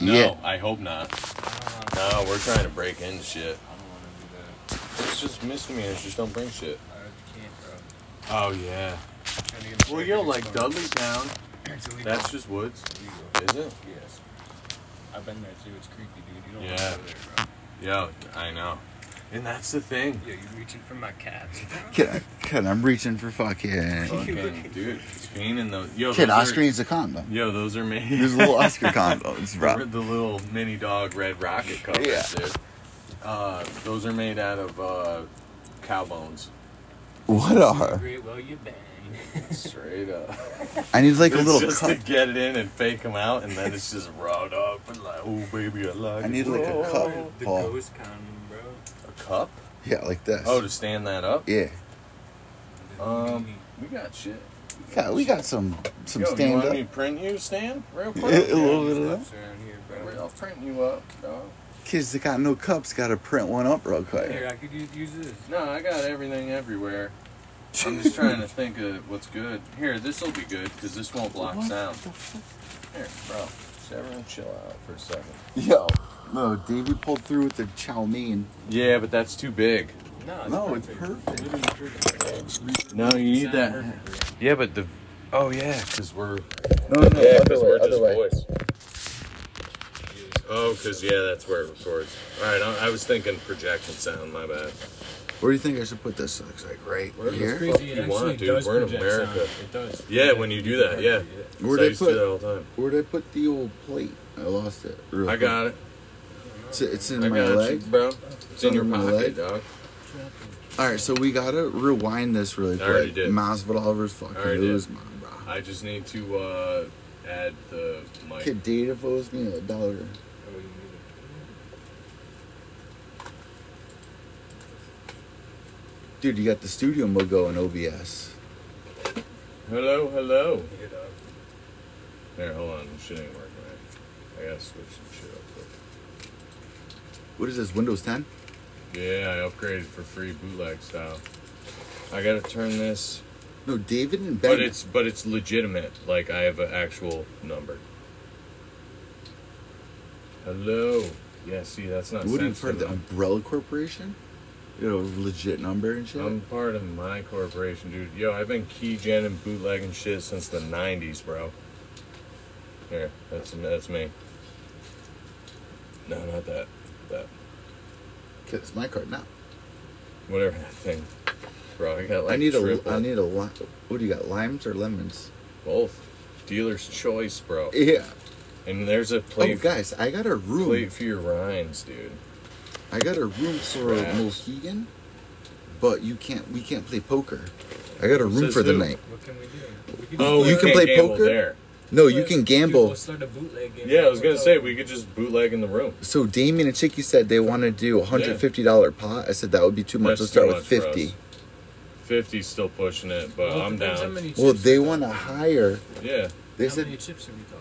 No, Yeah. I hope not. No, we're trying to break into shit. I don't want to do that. It's just misdemeanors. Just don't bring shit. I can't, bro. Oh yeah. I'm trying to get a Well, check you know, and like it's Dudley Town. It's illegal. That's just woods, It's illegal. is it? Yes. I've been there too. It's creepy, dude. You don't Yeah. want to go there, bro. Yeah, I know. And that's the thing. Yeah, you're reaching for my cats. Kid, kid, I'm reaching for fucking. Fucking, dude, Spain and those. Yo, Kid, those are- Oscar needs a condom. Yo, those are made. There's little Oscar condoms, They're bro. The little mini dog red rocket covers, Yeah. dude. Uh, those are made out of uh, cow bones. What are? Great, well, you bang. Straight up. I need like a It's little. just cup. to get it in and fake them out, and then it's just raw dog. But like, oh baby, I like. I it need like a raw." cup, The Paul. ghost condom, bro. A cup? Yeah, like this. Oh, to stand that up. yeah. Um, we got shit. God, we got some some Yo, you stand want up. me to print you, Stan? Real a quick. little bit of that. Stuff's around here, bro. I'll print you up, dog. Kids that got no cups got to print one up real Here, I quick. could use, use this. No, I got everything everywhere. I'm just trying to think of what's good. Here, this will be good because this won't block What sound. the fuck? Here, bro. Just everyone chill out for a second. Yo, no, Davey pulled through with the chow mein. Yeah, but that's too big. No, it's No, it's perfect. perfect. No, you need that. Sound perfect, Yeah, but the. Oh yeah, because we're. No, no, Yeah, other because way, we're other just way. voice. Oh, because yeah, that's where it records. All right, I, I was thinking projection sound. My bad. Where do you think I should put this? Looks like right bro. Where It's here. the crazy. It You actually want, dude. does We're in project America. sound. It does. Yeah, when you do that, yeah. Where'd So I I used to put- do that all the time. Where'd I put the old plate? I lost it. real I quick. got it. It's, it's in I my got you, leg. bro. It's in your Under my pocket, leg. dog. Oh, All right, so we gotta rewind this really I quick. already did. Masvidal versus fucking I already did. Usman, bro. I just need to uh, add the mic. Kid, Data owes me a dollar. Oh, you need it. Dude, you got the studio logo in OBS. Hello, hello. Here, dog. There, hold on. This shit ain't working right. I gotta switch some shit up quick. What is this? Windows 10? Yeah, I upgraded for free bootleg style. I gotta turn this, No, David and Ben. but it's but it's legitimate. Like I have an actual number. Hello. Yeah, see, that's not. what are you part censored of the enough. Umbrella Corporation? You know, legit number and shit. I'm part of my corporation, dude. Yo, I've been keygen and bootlegging shit since the '90s, bro. Here, that's that's me. No, not that. That Kid, it's my card now. whatever that thing, bro. I got like I need a. triple- I need a lime. What do you got? Limes or lemons? both. Dealer's choice, bro. Yeah. And there's a plate. Oh, guys, I got a room. Plate for your rinds, dude. I got a room for Rats. Mohegan, but you can't. We can't play poker. I got a room Says for the who? night. What can we do? We can Oh, You we can can't play gamble poker? there. No, you can gamble. We'll start a bootleg game. Yeah, I was gonna say we could just bootleg in the room. So Damien and Chicky said they want to do a hundred fifty dollar pot. I said that would be too much. Let's That's too start with much for us. fifty. 50's still pushing it, but Well, it I'm depends how down. many Well, chips they we want to got. hire. They Yeah, how many said chips are we talking?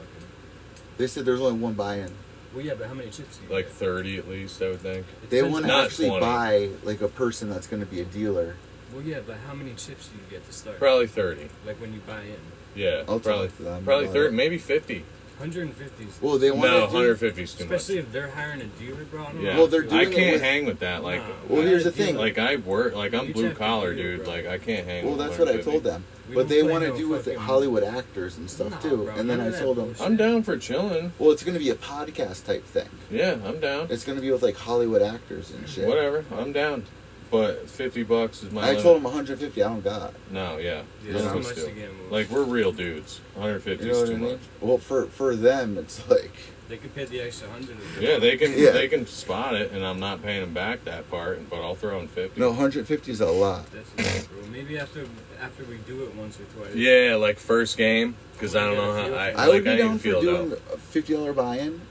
they said there's only one buy-in. Well, yeah, but how many chips? Do you like get? 30 at least, I would think. It They depends want to on- Not actually 20. buy like a person that's going to be a dealer. Well, yeah, but how many chips do you get to start? Probably 30. Like when you buy in, Yeah, I'll probably talk to them probably about 30, it. maybe 50. 150 is. Well, they No, want to. 150 is too much. especially if they're hiring a dealer, bro. I don't Yeah. know. Well, they're I doing it can't with- hang with that. Like, Nah. Well, here's the thing. like I work, like I'm You blue check the collar, computer, dude. bro. Like I can't hang. well, with that's what I 150. told them. We But don't they play want to no do with it fucking- Hollywood actors and stuff Nah, too. bro, and then none I of that told them, bullshit. I'm down for chilling. well, it's going to be a podcast type thing. Yeah, I'm down. It's going to be with like Hollywood actors and shit. Whatever, I'm down. But 50 bucks is my. I limit. told them 150. I don't got. No, yeah. Yeah, None it's of too us much do. to gamble with. Like we're real dudes. 150 You know is what too I mean? much. Well, for for them, it's like They could pay the extra hundred. Yeah, they can Yeah. they can spot it, and I'm not paying them back that part. But I'll throw in 50. no 150 is a lot. That's nice, bro. Maybe after after we do it once or twice. Yeah, like first game, because I don't know how I, I like, would be I down didn't for feel doing down. a fifty dollar buy-in,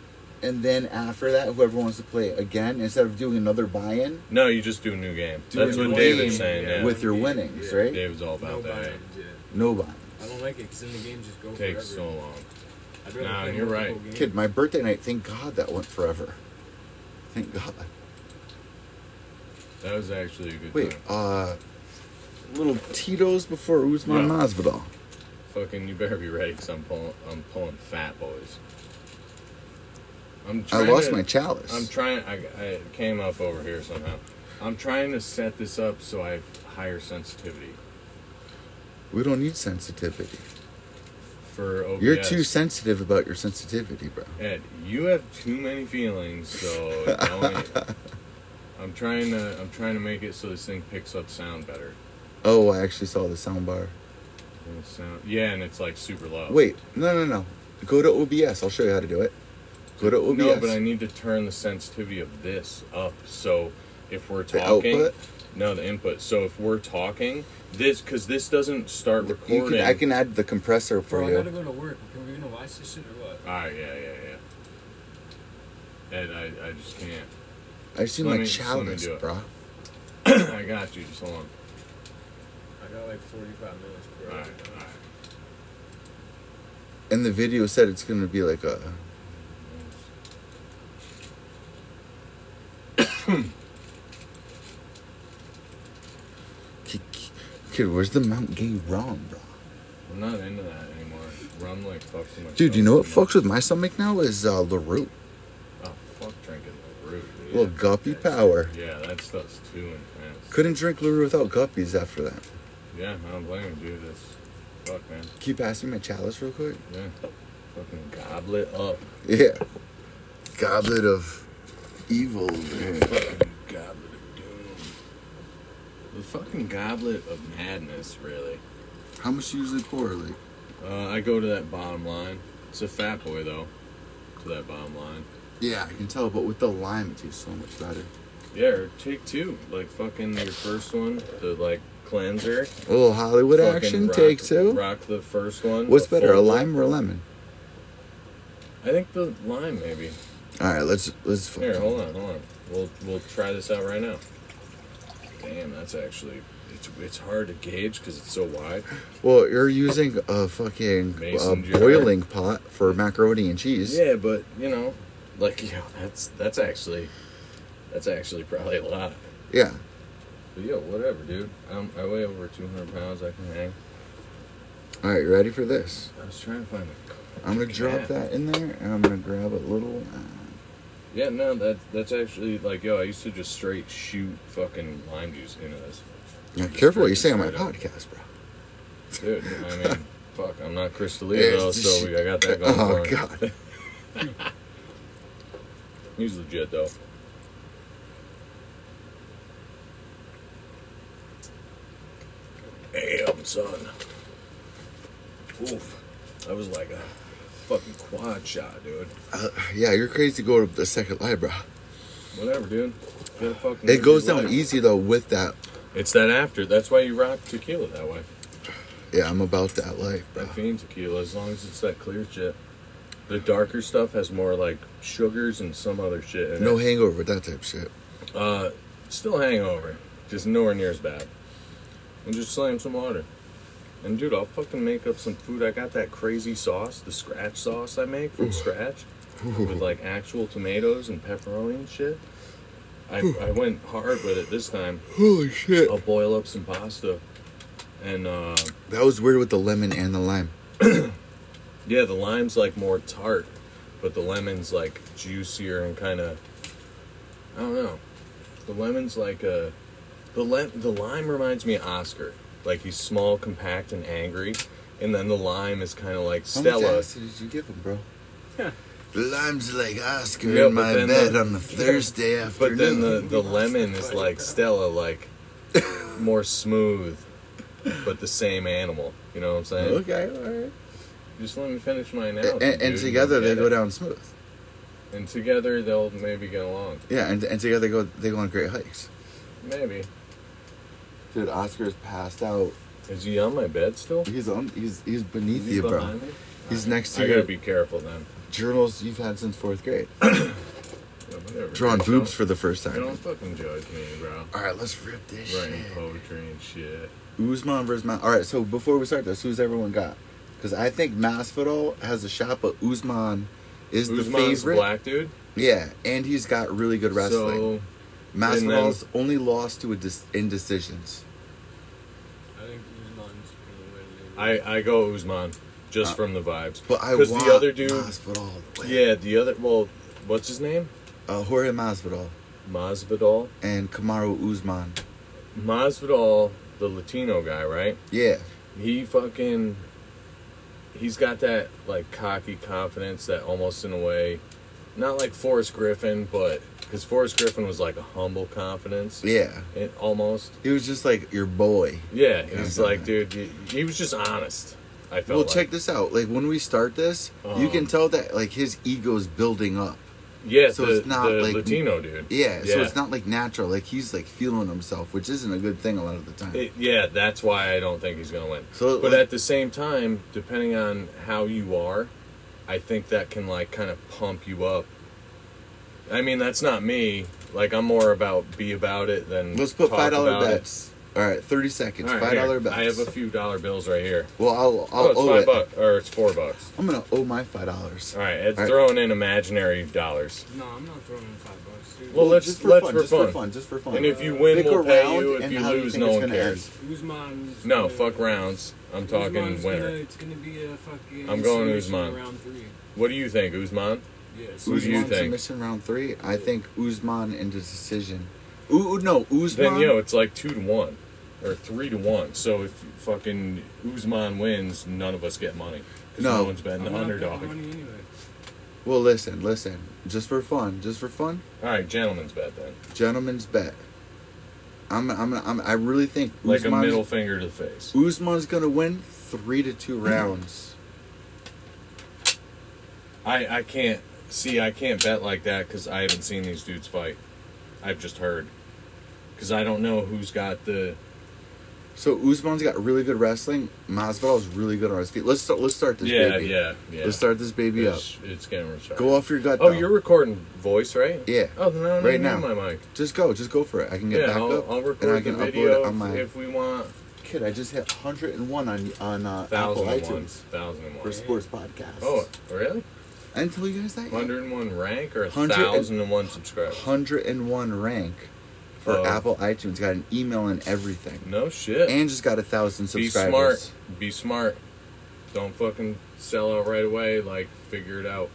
and then after that, whoever wants to play again, instead of doing another buy-in No, you just do a new game. Do a That's new what game David's saying. Yeah. with your Yeah. winnings, Yeah. right? David's all No about that. buy-ins, yeah. yeah. No buy. I don't like it because then the game just goes It takes so forever. long. I'd rather Nah, play you're multiple right. games. Kid, my birthday night. Thank God that went forever. Thank God. That was actually a good Wait, time. uh, little Tito's before Usman Yeah. Masvidal. Fucking, you better be ready, because I'm pulling, I'm pulling fat boys. I'm I trying lost to- my chalice. I'm trying. I, I it came up over here somehow. I'm trying to set this up so I have higher sensitivity we don't need sensitivity. for OBS. You're too sensitive about your sensitivity, bro. Ed, you have too many feelings, so don't- I'm trying to. I'm trying to make it so this thing picks up sound better. Oh, I actually saw the soundbar. And it's sound, yeah, and it's like super low. Wait, no, no, no. Go to OBS. I'll show you how to do it. Go to OBS. no, but I need to turn the sensitivity of this up. So if we're The talking, output? no, the input. So if we're talking, this because this doesn't start you recording. can, I can add the compressor for Bro, I gotta you. go to work. Are we gonna watch this shit or what? All right, yeah, yeah, yeah. Ed, I, I just can't. I just need Let my me- just let me chalice, do it. bro. I got you. Just hold on. I got like 45 minutes, bro. All right, all right. And the video said it's gonna be like a. Kid, where's the Mount Gay rum, bro? I'm not into that anymore. Rum like fucks with my. Dude, you know what fucks with with? my stomach now is uh, Larue. Oh, fuck drinking the root. dude. Little guppy power. Yeah, that stuff's too intense. Couldn't drink Larue without guppies after that. Yeah, I don't blame you, dude. That's fuck, man. Can you pass me my chalice real quick? Yeah, fucking goblet up. Yeah. Goblet of evil. man. Fucking goblet of doom. The fucking goblet of madness, really. How much you usually pour? Like Uh, I go to that bottom line. It's a fat boy though. To that bottom line. Yeah, I can tell, but with the lime, it tastes so much better. Yeah, or take two. Like fucking your first one, the like cleanser. Oh, Hollywood Fucking action, rock- take two. Rock the first one. What's better, a full- lime or a lemon? I think the lime maybe. All right, let's let's. Here, hold on, hold on. We'll we'll try this out right now. Damn, that's actually it's it's hard to gauge because it's so wide. Well, you're using a fucking uh, Mason jar. boiling pot for macaroni and cheese. Yeah, but you know, like yo, that's that's actually that's actually probably a lot. Yeah. But yo, whatever, dude. I'm, I weigh over 200 pounds. I can hang. All right, you ready for this? I was trying to find the. I'm gonna drop Yeah. that in there, and I'm gonna grab a little. Uh, Yeah, no, that that's actually like yo. I used to just straight shoot fucking lime juice into this, yeah, Just careful what drink you it say on my straight up. podcast, bro. dude. I mean, fuck, I'm not Chris Yeah, D'Elia though, it's so just- we, I got that going Oh for me. God. He's legit though. Damn, son. Oof. That was like a fucking quad shot, dude. Uh, yeah, you're crazy to go to the second lie, bro. Whatever, dude. Get a fucking It goes down life. easy though with that. It's that after. That's why you rock tequila that way. Yeah, I'm about that life, bro. That fiend tequila, as long as it's that clear shit. The darker stuff has more like sugars and some other shit in No it. hangover with that type of shit. Uh, still hangover, just nowhere near as bad. And just slam some water. And dude, I'll fucking make up some food. I got that crazy sauce, the scratch sauce I make from scratch, with like actual tomatoes and pepperoni and shit. I, I went hard with it this time. Holy shit. I'll boil up some pasta, and uh, That was weird with the lemon and the lime. yeah, the lime's like more tart, but the lemon's like juicier and kind of. I don't know. The lemon's like a. The le- the lime reminds me of Oscar. Like he's small, compact, and angry, and then the lime is kind of like Stella. did you give him, bro? Yeah. The lime's like Oscar Yeah, in but my then bed the- on a Thursday But afternoon. then the, the lemon is like Stella, like more smooth, but the same animal. You know what I'm saying? okay, all Just let me finish my right. analysis. And, and, dude, together you'll they get go it. down smooth. And together they'll maybe get along. Yeah, and, and together they go they go on great hikes. Maybe. Dude, Oscar's passed out. Is he on my bed still? He's on. He's he's beneath Is he you, bro. behind me? He's next to I gotta your be careful then. journals you've had since fourth grade. Yeah, whatever. Drawing Don't- boobs for the first Don't time. fucking judge me, bro. All right, let's rip this Writing shit. poetry and shit. Usman versus Ma All right, so before we start this, who's everyone got? Because I think Masvidal has a shot, but Usman is the Usman's favorite. black dude. Yeah, and he's got really good wrestling. So Masvidal's only lost to a dis- indecisions. I think Usman's gonna win. dude. I I go Usman, just Uh, from the vibes. But I 'Cause want the other dude. Masvidal to win. Yeah, the other. Well, What's his name? Uh, Jorge Masvidal Masvidal. and Kamaru Usman. Masvidal, the Latino guy, right? Yeah, He fucking. He's got that like cocky confidence that almost in a way, not like Forrest Griffin, but because Forrest Griffin was like a humble confidence, yeah. it almost. He was just like your boy. Yeah, he's Yeah. like, dude, he, he was just honest. I felt well, like. check this out. Like when we start this, you Um, can tell that like his ego's building up. yeah, so the, it's not, the like, Latino dude. Yeah, so it's not like natural. Like he's like feeling himself, which isn't a good thing a lot of the time. It- yeah, that's why I don't think he's going to win. So, but like- at the same time, depending on how you are, I think that can like kind of pump you up. I mean, that's not me. Like I'm more about be about it than Let's put talk five dollar about it. bets. All right, thirty seconds. All right, five here. dollar bets. I have a few dollar bills right here. well, I'll I'll oh, it's owe five it. bucks or it's four bucks. I'm gonna owe my five dollars. All right, it's All right. throwing in imaginary dollars. No, I'm not throwing in five bucks, dude. Well, let's- just for fun. for just fun. for fun. Just for fun. And if you win, Pick we'll a pay round you. If and you how you lose, think no it's one gonna cares. Usman's No, gonna- fuck rounds. I'm talking Usman's winner. Gonna, it's gonna be a fucking. I'm going submission Usman. Round three. What do you think, Uzman? Yes. Who do you Usman think? submission round three. I think Usman into decision. Ooh, no, Usman. Then yo, it's like two to one, or three to one. So if fucking Usman wins, none of us get money because no. No. one's I'm betting the not underdog. putting money anyway. Well, listen, listen. Just for fun. Just for fun. All right, gentleman's bet then, Gentleman's bet. I'm. I'm. I'm I really think like a Usman's- middle finger to the face. Usman's gonna win three to two rounds. I I can't see. I can't bet like that because I haven't seen these dudes fight. I've just heard because I don't know who's got the. So Usman's got really good wrestling. Masvidal's really good on his feet. Let's start. Let's start this Yeah, baby. yeah, yeah. Let's start this baby up. It's, it's getting retarded. Go off your gut. Oh, though. you're recording voice, right? Yeah. Oh, no, no, Right no, now. my mic. Just go. Just go for it. I can get Yeah, back I'll, up I'll and I record the can video upload it on my if we want. kid. I just hit 101 on on uh, Apple Thousand and one. iTunes Thousand and for one. sports podcast. Oh, really? I didn't tell you guys that. yet. 101 rank or Hundred and- 1,001 subscribers? 101 rank for Oh. Apple iTunes. Got an email and everything, No shit. and just got a thousand Be subscribers. smart. Be smart. Don't fucking sell out right away. Like, figure it out.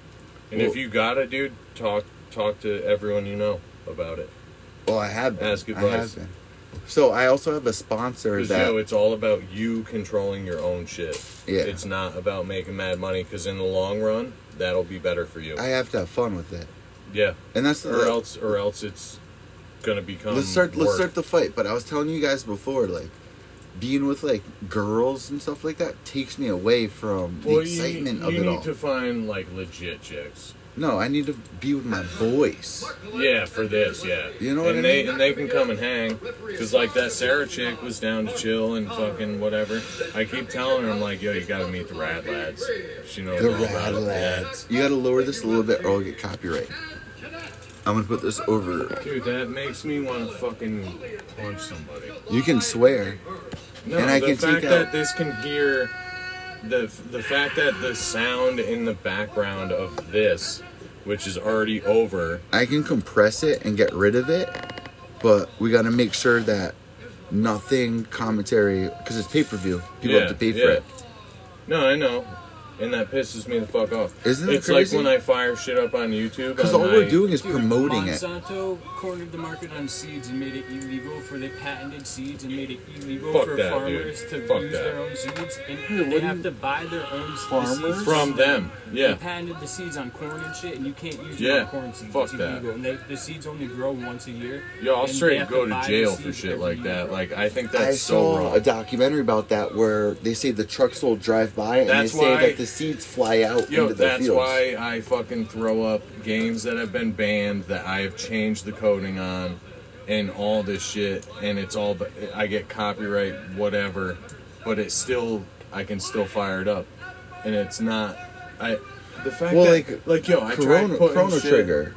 And if Well- you got it, dude, talk talk to everyone you know about it. Well, I have been. Ask I advice. have been. So I also have a sponsor Because, that. yo, it's all about you controlling your own shit. Yeah. It's not about making mad money, because in the long run, that'll be better for you. I have to have fun with it, yeah. and that's Or else, or else it's gonna become. let's start. Let's work. start the fight. But I was telling you guys before, like being with like girls and stuff like that takes me away from the Well, you- excitement you, of it need all. to find like legit chicks. No, I need to be with my boys. Yeah, for this, yeah. You know and what I they, mean? And they can come and hang. Because, like, that Sarah chick was down to chill and fucking whatever. I keep telling her, I'm like, yo, you gotta meet the Rad Lads. She knows The all about rad it. lads. You gotta lower this a little bit, or I'll get copyright. I'm gonna put this over. Yeah. Dude, that makes me want to fucking punch somebody. You can swear. No, And I the can fact take that out- this can hear the the fact that the sound in the background of this, which is already over, I can compress it and get rid of it, but we gotta make sure that nothing commentary because it's pay per view. People have to pay for it. No, I know. And that pisses me the fuck off. Isn't it it's crazy? like when I fire shit up on YouTube. Because on all we're my- doing is Dude, promoting it. Monsanto cornered the market on seeds and made it illegal for the patented seeds and made it illegal Fuck for that, farmers dude. to Fuck use that. their own seeds and they wouldn't- have to buy their own the Farmers? seeds from them. They Yeah, patented the seeds on corn and shit, and you can't use Yeah, your own corn seeds. fuck it's that. illegal. And they, the seeds only grow once a year. yo, I'll and they straight have go to buy the jail for seeds shit every like year. that. Like I think I that's so saw wrong. a documentary about that where they say the trucks will drive by and That's they say why- that the seeds fly out Yo, into the that's fields. why I fucking throw up games that have been banned that I have changed the coding on, and all this shit, and it's all. But I get copyright whatever, but it's still I can still fire it up, and it's not. I the fact Well, that like, like, yo, I Corona, tried putting Chrono shit- Trigger.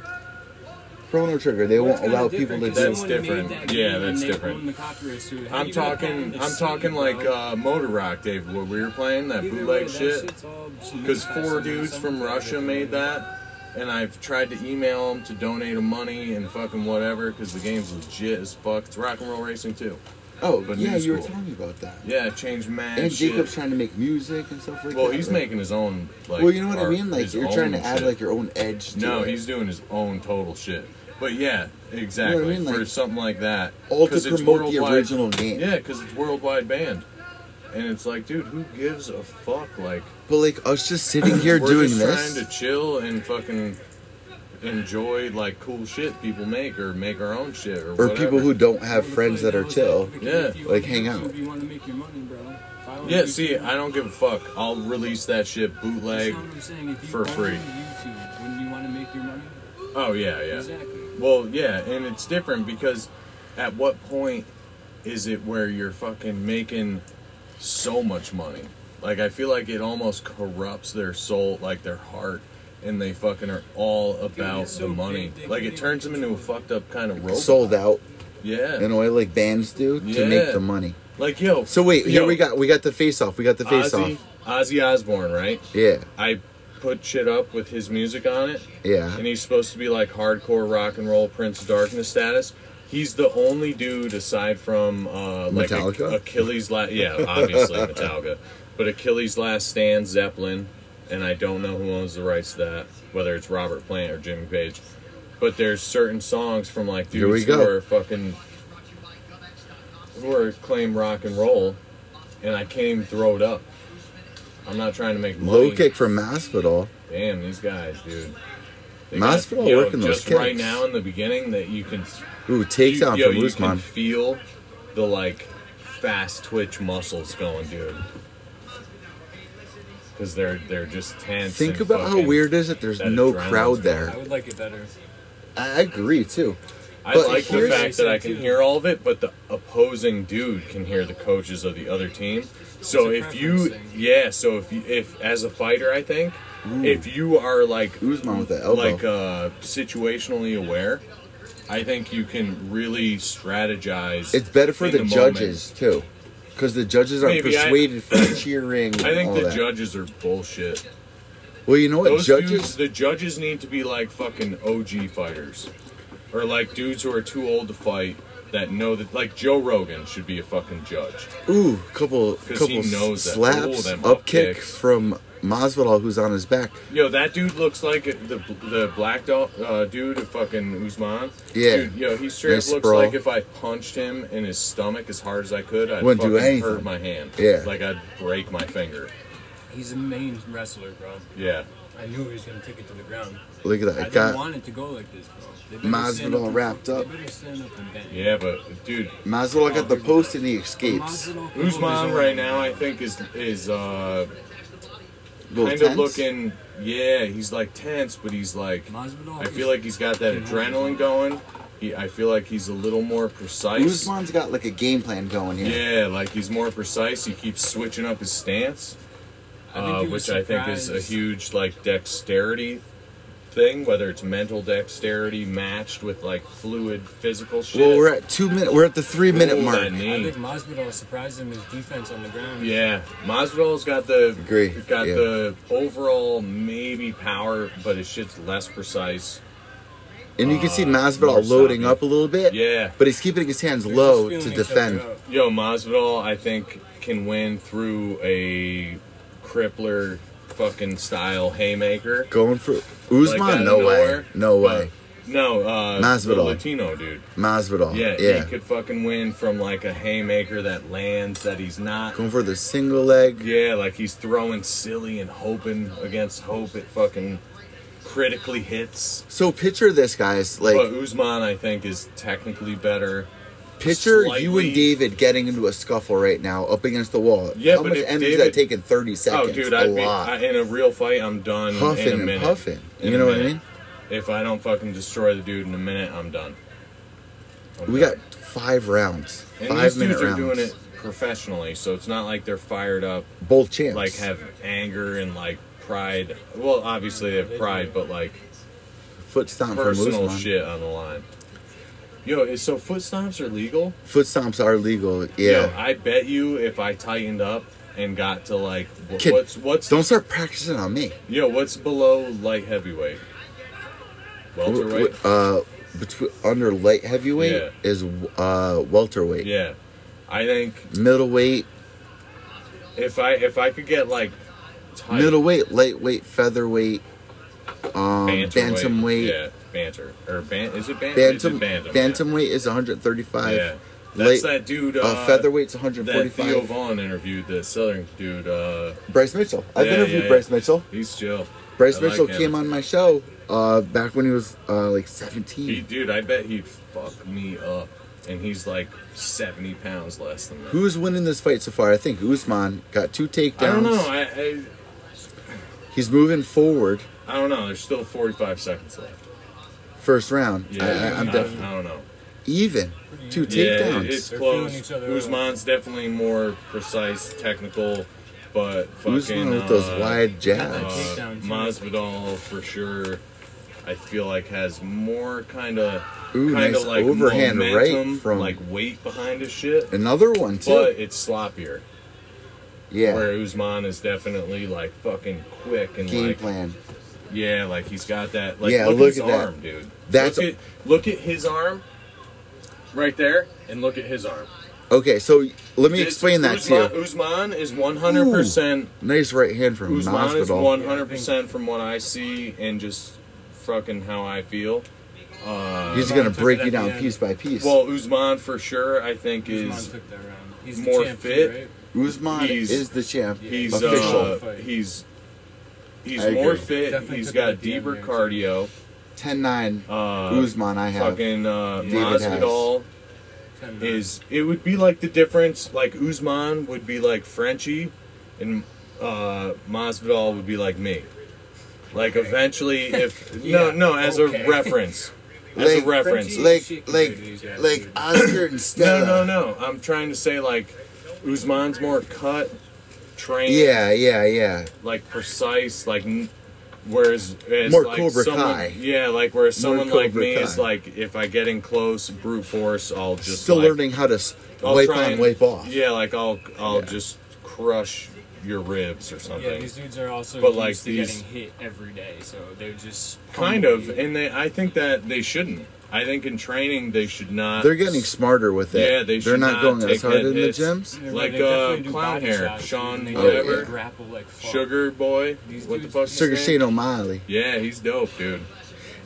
Chrono Trigger. They Well, that's won't kinda allow people different, to 'cause do. That's someone made different. that Yeah, game and that's they different. own the copyrights to it. How I'm you gonna talking. patent the I'm seed, talking bro? like uh, Motor Rock, Dave, what we were playing that Either way, bootleg that shit. shit's all some because newsflash four somewhere, dudes from someone's gotta Russia get made money. that, and I've tried to email them to donate them money and fucking whatever because the game's legit as fuck. It's Rock and Roll Racing too. Oh, But yeah, new you were school. telling me about that. Yeah, change man. and shit. Jacob's trying to make music and stuff like that. Well, he's like- making his own. Like, well, you know what I art, mean. Like his you're trying to own add shit. like your own edge. To No, it. he's doing his own total shit. But yeah, exactly mean? for Like, something like that. all to 'Cause it's promote the worldwide- original game. Yeah, because it's worldwide banned, and it's like, dude, who gives a fuck? Like, But like us just sitting here we're doing just this. trying to chill and fucking enjoy like cool shit people make or make our own shit or, or whatever. people who don't have friends that are chill. Yeah. Like, hang out. You want to make your money, bro. If I wanna Yeah, make see, your money- I don't give a fuck. I'll release that shit That's bootleg. not what I'm saying. If you for own free. YouTube, when you want to make your money, Oh yeah, yeah. exactly. Well, yeah, and it's different because at what point is it where you're fucking making so much money? Like I feel like it almost corrupts their soul, like their heart, and they fucking are all about it's the so money. big, they Like can't it turns them even into a control fucked up kind of robot. Sold out yeah. in a way like bands do to make Yeah. the money. Like yo. So wait, here yo, we got we got the face off. We got the face Ozzy, off. Ozzy Osbourne, right? Yeah, I put shit up with his music on it. yeah. and he's supposed to be like hardcore rock and roll Prince of Darkness status. He's the only dude aside from uh, like Metallica? Achilles. La- yeah, obviously Metallica, but Achilles' Last Stand, Zeppelin, and I don't know who owns the rights to that, whether it's Robert Plant or Jimmy Page. But there's certain songs from like dudes Here we go. who are fucking who are claim rock and roll, and I can't even throw it up. I'm not trying to make money. Low kick from Masvidal. Damn, these guys, dude. They Masvidal got- yo, working those just right kicks. now in the beginning that you can Ooh, you, takedown yo, from you can Usman. feel the like fast twitch muscles going, dude. Because they're they're just tense. Think and about how fucking- weird it is that there's that no adrenaline's crowd I there. would like it better. I agree too. I but like the here's- fact that I can too. hear all of it, but the opposing dude can hear the coaches of the other team. So It's a if you, preference thing. yeah, so if you, if as a fighter, I think if you are like Usman with the elbow. like uh, situationally aware, I think you can really strategize. It's better for in the, moment. judges too, because the judges aren't Maybe I- persuaded from cheering. I think and all the that. judges are bullshit. Well, you know what, Those judges. dudes, the judges need to be like fucking OG fighters, or like dudes who are too old to fight that know that. Like Joe Rogan should be a fucking judge. Ooh, couple couple he knows that. slaps, Ooh, them up up kick kicks. from Masvidal, who's on his back. Yo, that dude looks like the the black dog, uh, dude of fucking Usman. Yeah. Dude, yo, he straight Nice up looks sprawl. like if I punched him in his stomach as hard as I could, I'd Wouldn't do fucking anything. hurt my hand. Yeah. Like I'd break my finger. He's a main wrestler, bro. Yeah. I knew he was gonna take it to the ground. Look at I that. didn't Got want it to go like this, bro. They better Masvidal stand and- wrapped up. They better stand up and bend. Yeah, but dude, Masvidal got the post and he escapes. Oh, Masvidal can hold Usman his right own. now I think is is uh Little kind of tense. looking yeah, he's like tense, but he's like Masvidal I feel like he's got that adrenaline going. He, I feel like he's a little more precise. Usman's got like a game plan going here. Yeah, like he's more precise. He keeps switching up his stance, I think uh, he was which I think is a surprised. huge like dexterity thing. Whether it's mental dexterity matched with like fluid physical shit. Well, we're at two minute. We're at the three minute Ooh, mark. that I knee. think Masvidal surprised him his defense on the ground. Yeah, Masvidal's got the Agree, got yeah. the overall maybe power, but his shit's less precise. And you can see Uh, Masvidal more loading stopping. up a little bit. Yeah. But he's keeping his hands They're just low feeling to each other defend. out. Yo, Masvidal, I think can win through a crippler fucking style haymaker. Going for like Usman? out of no way. nowhere. No But- way. No, uh, Masvidal. the Latino dude. Masvidal. Yeah, Oh, Yeah. he could fucking win from like a haymaker that lands that he's not. Going for the single leg. Yeah, like he's throwing silly and hoping against hope it fucking critically hits. So picture this, guys. Like But Usman, I think, is technically better. Picture you slightly- and David getting into a scuffle right now, up against the wall. Yeah, How but much if energy is David- that taking? Thirty seconds. Oh, dude, a I'd be, lot. I, in a real fight, I'm done Huffing in a and minute. puffing. In You a know what I minute. mean? If I don't fucking destroy the dude in a minute, I'm done. I'm we done. got five rounds, and five these minute dudes rounds. are doing it professionally, so it's not like they're fired up Both champs. like have anger and like pride. Well, obviously they have pride, but like foot stomp from personal Usman. shit on the line. Yo, is so foot stomps are legal? Foot stomps are legal. Yo, Yeah. I bet you if I tightened up and got to like wh- Kid, what's what's Don't start practicing on me. yo what's below light heavyweight? Welterweight. Uh, between under light heavyweight Yeah. is uh welterweight. Yeah. I think middleweight, if I if I could get like tight middleweight, lightweight, featherweight, um, bantamweight- bantamweight. yeah, banter or ban, is it ban, is it Bantam, bantam, bantamweight is 135. yeah. That's Light- that dude. Uh, uh, featherweight's That 145. Theo Vaughn interviewed the Southern dude. Uh, Bryce Mitchell. I've Yeah, interviewed yeah, yeah. Bryce Mitchell. he's chill. Bryce I like Mitchell him. came on my show uh, back when he was uh, like 17. He, dude, I bet he'd fuck me up. And he's like 70 pounds less than me. Who's winning this fight so far? I think Usman got two takedowns. I don't know. I, I He's moving forward I don't know. There's still 45 seconds left. first round. Yeah, I, I, I'm I- definitely I don't know. even. Two Yeah, takedowns. it- it's They're feeling close. each other out. Usman's definitely more precise, technical, but fucking Usman with those uh, wide Uh, jabs. Takedown, too. Masvidal for sure. I feel like has more kind of Ooh, kind nice of like overhand right momentum, from- like weight behind his shit, Another one too. but it's sloppier. yeah. Where Usman is definitely like fucking quick and Game like plan. yeah, like he's got that. Like, Yeah, look, look at his at that. arm, dude. That's look a- at, look at his arm right there, and look at his arm. Okay, so let me explain that to Usman, you. Usman is 100 percent. Nice right hand from Usman is Masvidal. 100 percent from what I see and just fucking how I feel. Uh, He's Usman gonna took it break at you the down end. piece by piece. well, Usman for sure. I think is Usman took that round. He's the more champ, too, fit. right? Usman he's- is the champ. he's official. uh, he's he's I more agree. fit. Definitely he's took it got at the end deeper there, too. cardio. 10-9. Uh, Usman, I have. fucking uh, David has. Masvidal. Ten is it would be like the difference like Usman would be like Frenchie and uh Masvidal would be like me. Like eventually if no Yeah, no as okay. a reference. As Like a reference. Frenchie- like Shit, like dude, he's got like dude. Oscar and Stella. No no no. I'm trying to say like Usman's more cut, trained, Yeah, yeah, yeah. like precise, like n- whereas as More like Cobra someone, Kai. Yeah, like whereas More someone like Cobra me Kai. is like if I get in close brute force, I'll just Still like, learning how to s- I'll wipe try on, and- wipe off. Yeah, like I'll I'll Yeah. just crush your ribs or something. Yeah, these dudes are also But, used like, to these- getting hit every day, so they're just kind of, and they I think that they shouldn't. I think in training they should not. They're getting smarter with it. Yeah, they They're should not not going as take hard that in the hits. gyms. They're- like, they definitely uh, do Clown body hair, shots, Sean and they Oh, definitely yeah. grapple like fuck. Sugar boy, These what the dudes- fuck? Sugar Shane O'Malley. Yeah, he's dope, dude.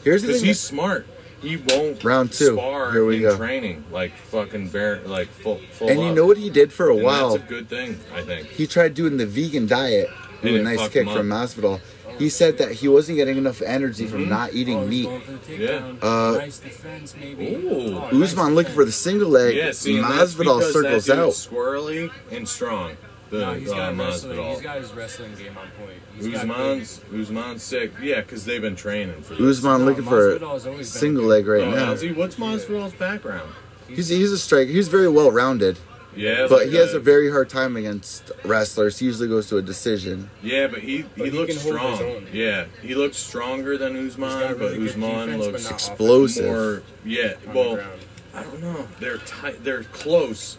Here's the Because thing. he's smart. He won't Round two. spar Here we in go. training like fucking bear like full. full and you up. know what he did for a And while? That's a good thing, I think. he tried doing the vegan diet. Ooh, it nice fucked kick him from up. Mm-hmm. Masvidal. He said that he wasn't getting enough energy from not eating Oh, he's meat. going for the Yeah. takedown. Uh, nice defense, maybe. Ooh. Oh, nice Usman looking for the single leg. Yeah, see, and that's Masvidal because circles that dude's out. squirrely and strong. The No, he's uh, got wrestling. Masvidal. He's got his wrestling game on point. He's got Usman's Usman's sick. Yeah, because they've been training for this. Usman No, looking for Masvidal's always been a a single good- leg right Oh, now. how's he- what's Masvidal's background? He's he's a striker. He's very well rounded, Yeah, but like he has a- a very hard time against wrestlers. He usually goes to a decision. yeah, but he he he looks can hold his strong. own. Yeah, he looks stronger than Usman, got but really good Usman defense, but looks not offense. Explosive. more. Yeah, on the well, ground. I don't know. They're tight. They're close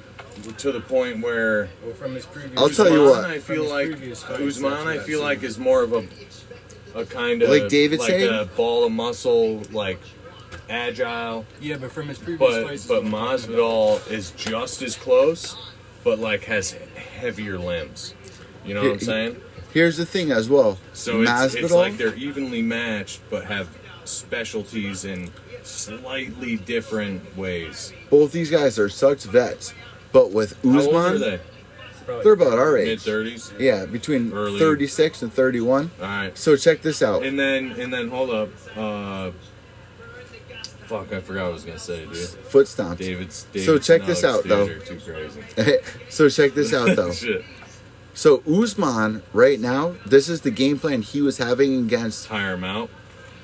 to the point where Well, from his previous I'll tell you Usman, what. I From feel his like previous fights, Usman. that's I what feel I've like is more of a a kind of Like David like saying? a ball of muscle, like agile. yeah, but from his previous But fights, but that's what I'm talking about. Masvidal is just as close, but like has heavier limbs. You know what I'm saying? Here's the thing as well. So it's, it's like they're evenly matched, but have specialties in slightly different ways. both these guys are such vets, but with How old are Usman, they? Probably- they're about our Mid age. thirties. Yeah, between Early. 36 and 31. All right. So check this out. And then and then hold up. Uh, fuck, I forgot what I was gonna say, dude. Foot stomps. David's. David's So check this knobs, out, dude, though. are Too crazy. so check this out though. Shit. so Usman right now, this is the game plan he was having against Tire him out.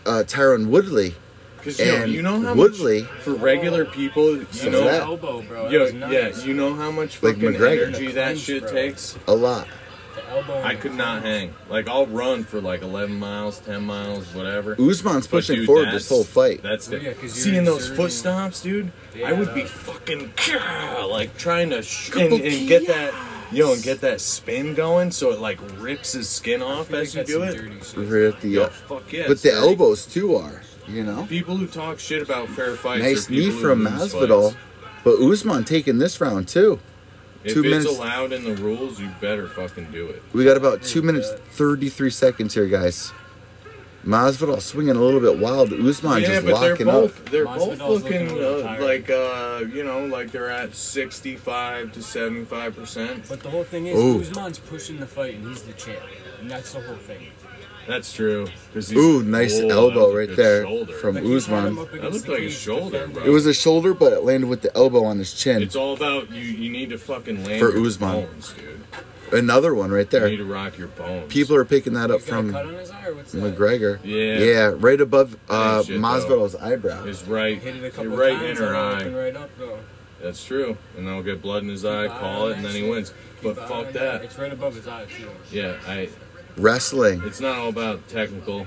uh, Tyron Woodley. Because yo, And you know how Woodley- much for regular people, you That know, was that- elbow, bro. That yo, was yeah, nuts. you know how much Like fucking McGregor. energy that Cleanse, shit bro. takes. A lot. The elbow and I the could not cleanse. hang. Like I'll run for like 11 miles, 10 miles, whatever. Usman's But, pushing dude, forward that's- this whole fight. That's the, Oh, yeah, 'cause you're seeing those inserting- foot stomps, dude. I Yeah, would be that- fucking like trying to sh- and, and get that yo and get that spin going so it like rips his skin I off feel as you like do that's some it. dirty shit. Right at the- Yo, fuck yeah. but it's the dirty. elbows too are. You know. People who talk shit about fair fights. Nice are people knee who from lose Masvidal, fights. but Usman taking this round too. If Two it's minutes- allowed in the rules, you better fucking do it. We got about two minutes thirty-three seconds here, guys. Masvidal swinging a little bit wild. Usman yeah, just but they're locking both up. they're Masvidal's both looking looking a little uh, tired. like uh you know like they're at sixty five to seventy five percent. But the whole thing is, Ooh. Usman's pushing the fight, and he's the champ, and that's the whole thing. That's true. 'cause he's- Ooh, nice Whoa, that elbow was a right good there shoulder. from Like, he's had Usman. him up That against looked the like his cage, shoulder, defending. bro. It was a shoulder, but it landed with the elbow on his chin. It's all about you. You need to fucking land For your Usman. bones, dude. Another one right You need there. to rock your bones. People are picking that up He's got a from cut on his eye, or what's that? McGregor. Yeah. Yeah, right above uh, Nice shit, Masvidal's eyebrow. His right, Hit it a your couple right times, inner and it eye. opened right up though. That's true. And then he'll get blood in his eye, Keep an eye call on it, and that then he shit. wins. But Keep an eye fuck on that. It's right above his eye too. Yeah, I. Wrestling. It's not all about technical.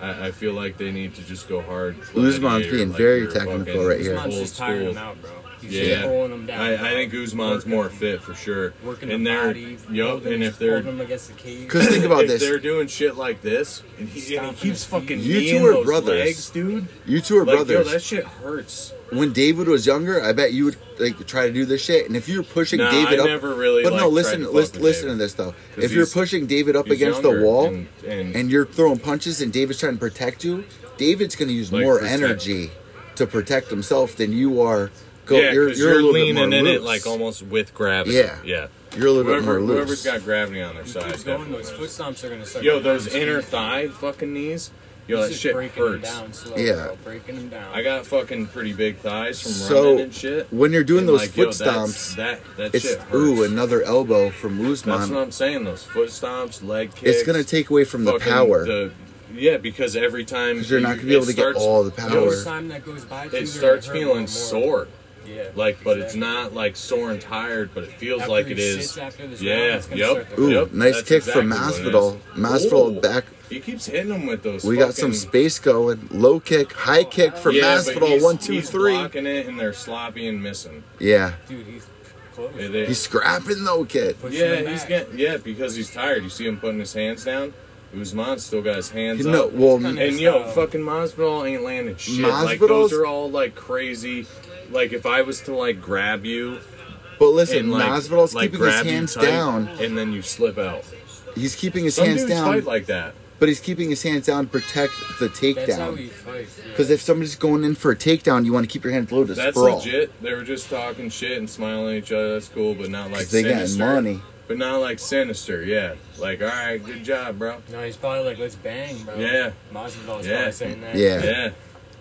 I, I feel like they need to just go hard. Usman's gladiator, being like very you're technical fucking right here. old Usman's just tiring school. him out, bro. He's Yeah. just pulling him down. I, bro. I think Usman's Working more him, fit for sure. Working And the they're, body. yup. holding And his- if they're holding him against the cage. Because think about if they're this. doing shit like this, and he, and he Stomping keeps his feet. fucking You kneeing two are those brothers. legs, dude. You two are Like, yo, brothers. that shit hurts. when David was younger, I bet you would like try to do this shit. And if you're pushing Nah, David I up, never really, but like, no, tried listen, to fuck listen, with listen David. to this though. 'Cause If you're he's- pushing David up he's against the younger wall and- and, and- you're throwing punches and David's trying to protect you, David's going to use Like, more protect. energy to protect himself than you are. Go, yeah, you're, 'cause you're, a little bit more leaning in it loose. like almost with gravity. Yeah. yeah. You're a little Whoever, bit more whoever's loose. got gravity on their He keeps side, going. Those definitely. foot stomps are gonna suck. Yo, him those down. inner thigh fucking knees. Yo, He's that just shit breaking hurts. Him down slow, Yeah. bro, breaking him down. I got fucking pretty big thighs from So, running and shit. when you're doing And, those like, yo, foot that's- stomps, that that it's shit hurts. ooh another elbow from that's what Usman. I'm saying. Those foot stomps, leg kicks. It's going to take away from the fucking power. the- yeah, because every time 'Cause you're not you- gonna be able it to get all the power. Every time that goes by, too, It they're gonna starts hurt more feeling and more. sore. Yeah. Like, but it's exactly. not like sore and tired, but it feels After like he it is. sits after this yeah. round, it's gonna yep. start to hurt. Ooh, yep. nice that's kick from exactly Masvidal. what it is. Masvidal Ooh, back- He keeps hitting him with those. We got some fucking- Oh, space going. Low kick, high kick from Yeah, but Masvidal. he's- One, two, he's three. Blocking it, and they're sloppy and missing. Yeah, Dude, he's close. They- they- he's scrapping though, kid. Pushing him yeah, he's back. getting yeah because he's tired. You see him putting his hands down. Usman's still got his hands No, up. well, Kinda- And yo, Style. fucking Masvidal ain't landing shit. Like those Masvidal's- are all like crazy. Like if I was to like grab you but listen, and like, Masvidal's like, keeping his grab you hands tight, down. and then you slip out. He's keeping his Some hands dudes down, fight like that. but he's keeping his hands down to protect the That's how he takedown. fights. yeah. Because if somebody's going in for a takedown, you want to keep your hands low to That's sprawl. legit. They were just talking shit and smiling at each other. That's cool, but not like 'Cause they got sinister. money. But not like sinister. Yeah. Like all right, good job, bro. No, he's probably like, let's bang, bro. Yeah. Masvidal's Yeah. probably saying that. Yeah. Yeah.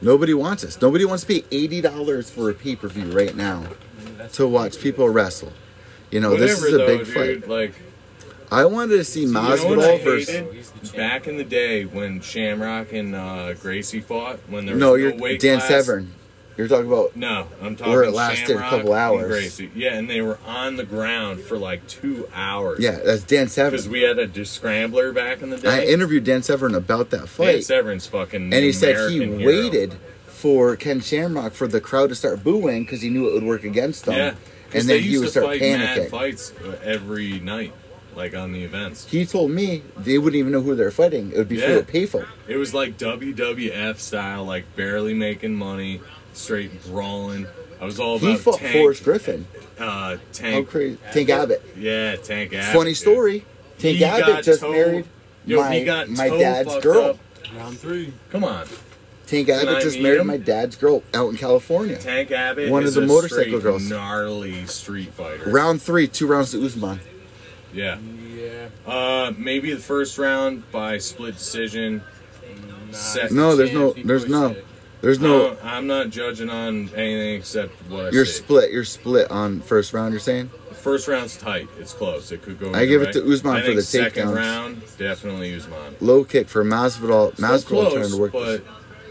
Nobody wants us. Nobody wants to pay eighty dollars for a pay per view right now That's to watch people wrestle. You know, Oh, this is a though, big dude, fight. Like I wanted to see know what I Masvidal hated? versus. He's the champ. back in the day when Shamrock and uh, Gracie fought, when there was No, no you're weight Dan class. Severn. You're talking about No, I'm talking Where it lasted a Shamrock couple and hours. Gracie. Yeah, and they were on the ground for like two hours. yeah, that's Dan because Severn. we had a scrambler back in the day. I interviewed Dan Severn about that Dan fight, Severn's fucking. and he said he American hero. waited for Ken Shamrock for the crowd to start booing because he knew it would work against them. Yeah, 'cause and they then he used would to start fight Mad panicking. fights uh, every night, like on the events. He told me they wouldn't even know who they're fighting. It would be Yeah. for a payphone. It was like WWF style, like barely making money, straight brawling. I was all about He fought Tank. Forrest Griffin. Uh, How Tank. crazy! Tank Abbott. Yeah, Tank Abbott. Funny dude. story. Tank He got Abbott just toe- married Yo, he my got my toe dad's fucked girl. up. Round three. Come on, Tank Abbott I just mean married him. my dad's girl out in California. Tank Abbott. One is of the a motorcycle straight girls. Gnarly street fighter. Round three, two rounds to Usman. yeah. Yeah. Uh, maybe the first round by split decision. Nah, Second. No, there's no, He there's pushed no, it. there's No, no. I'm not judging on anything except what Oh, I You're see. split. You're split on first round. You're saying First round's tight. It's close. It could go. I either give it way. to Usman I for think the second takedowns. round, definitely Usman. low kick for Masvidal. Masvidal Still trying to work. but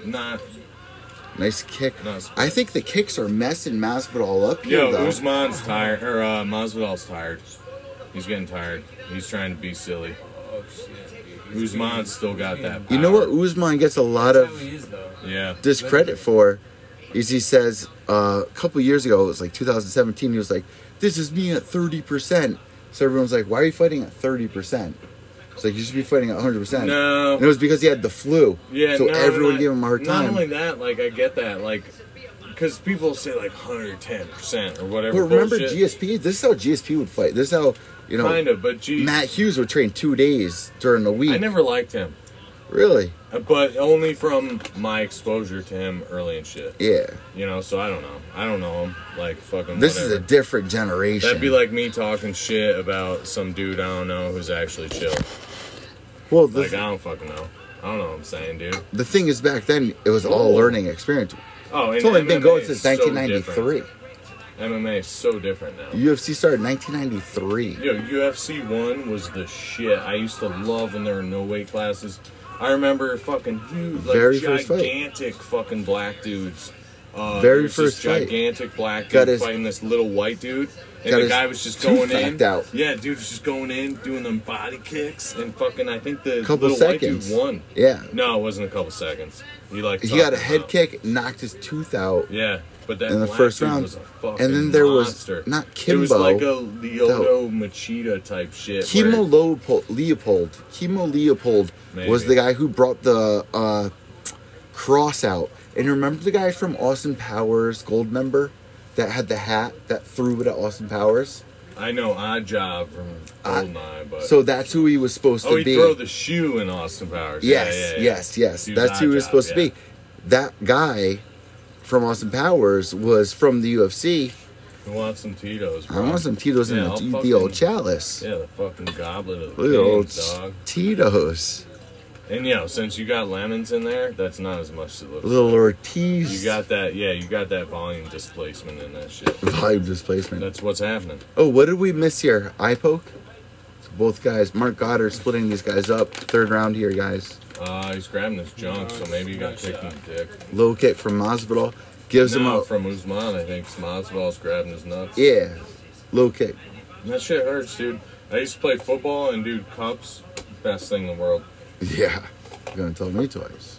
not. this. Nice kick. Not split. I think the kicks are messing Masvidal up here Yo, though. Usman's tired, or uh, Masvidal's tired. He's getting tired. He's trying to be silly. Oh, shit, dude. He's Usman's still he's got getting- that. Power. you know what Usman gets a lot That's how of he is, though. Yeah. discredit for is he says uh, a couple years ago it was like 2017 he was like this is me at 30% so everyone's like why are you fighting at 30% it's like you should be fighting at 100% No. and it was because he had the flu Yeah. so no, everyone not- gave him a hard Not time only that, like I get that, like, because people say like 110% or whatever. But remember bullshit. GSP? This is how GSP would fight. This is how you know Kind of, but geez. Matt Hughes would train two days during the week. I never liked him, really? but only from my exposure to him early and shit. Yeah. You know, so I don't know. I don't know him. Like, fucking This is whatever. a different generation. That'd be like me talking shit about some dude I don't know who's actually chill. well, the, Like, I don't fucking know. I don't know what I'm saying, dude. the thing is, back then it was all Whoa. learning experience. Oh, It's and only been MMA going is since so 1993. different. MMA is so different now. UFC started in 1993. Yo, UFC one was the shit. I used to love when there were no weight classes. I remember fucking huge, like Very first fight. gigantic fucking black dudes. Uh, Very there was this first fight. gigantic black dude Got his- fighting this little white dude, and got the his guy was just tooth going in. knocked out. Yeah, dude was just going in, doing them body kicks, and fucking. I think the Couple little seconds. white dude won. Yeah. No, it wasn't a couple seconds. He like He got knocked a him head out. kick, knocked his tooth out. Yeah, but that in the black first dude round. was a fucking And then there was monster. not It was Kimbo. like a Lyoto Machida type shit. where- Chemo Leopold, Leopold, Chemo Leopold was Maybe. the guy who brought the uh, cross out. And you remember the guy from Austin Powers, gold member, that had the hat that threw it at Austin Powers. I know Odd Job from Goldeneye, but So that's who he was supposed oh, to he be. throw the shoe in Austin Powers. Yeah, yes, yeah, yeah. yes, yes, He was That's who he was Oddjob, supposed yeah. to be. That guy from Austin Powers was from the UFC. Who wants some Tito's? I Bro? want some Tito's Yeah, in the, I'll the fucking- old chalice. Yeah, the fucking goblet of Look at old the dog. Tito's. And you know, since you got lemons in there, that's not as much to look. Little Ortiz. You got that, yeah. You got that volume displacement in that shit. volume displacement. That's what's happening. Oh, what did we miss here? Eye poke? So both guys, Mark Goddard splitting these guys up. Third round here, guys. Uh, he's grabbing his junk, so maybe he got kicked in the dick. Low kick from Masvidal gives him No, a from Usman, I think Masvidal's grabbing his nuts. yeah. Low kick. That shit hurts, dude. I used to play football and dude, cups, best thing in the world. Yeah, you're gonna tell me twice.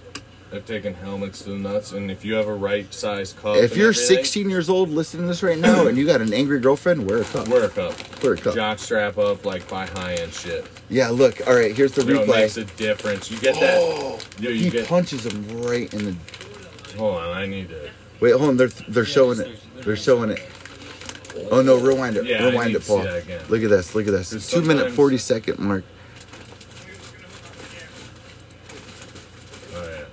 I've taken helmets to the nuts, and if you have a right size cup, If and you're everything, 16 years old listening to this right now and you got an angry girlfriend, wear a cup. wear a cup, Wear a cup. jock strap up, like buy high end shit. Yeah. Look. All right. Here's the Yo, it makes replay. a difference. You get that? Oh, Yo, he you get. punches him right in the. Hold on, I need to. Wait, hold on. They're they're showing it. They're showing it. Oh no! Rewind it. Yeah, I rewind need it, to see Paul. that again. Look at this. Look at this. Because Two minute sometimes- forty second mark. Oh yeah.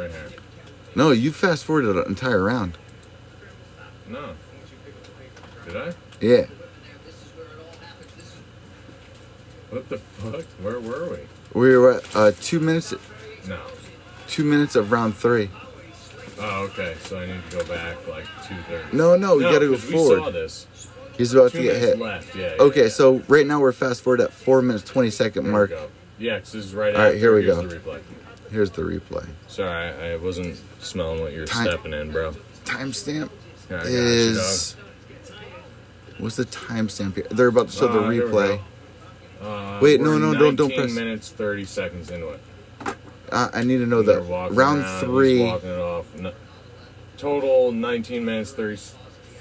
Right here. No, you fast forwarded an entire round. No. Did I? Yeah. What the fuck? Where were we? We were at uh, two minutes No. two minutes of round three. Oh, okay. So I need to go back like two thirty. No, no, you gotta go 'cause We saw forward. this. He's about Two to get minutes hit. left. Yeah. yeah, Okay, yeah. so right now we're fast forward at four minutes twenty second Here we mark. go. Yeah, 'cause this is right. All right, after. here we Here's go. The replay. Here's the replay. Sorry, I I wasn't smelling what you're Time- stepping in, bro. Timestamp Here, I got you, is what's the timestamp here? They're about to show the Uh, here we replay. dog. Uh, Wait, no, we're no, don't- don't 19 press. minutes, 30 seconds into it. Uh, I need to know They're the walking round around, he's three. walking it off. No- total 19 minutes, 30,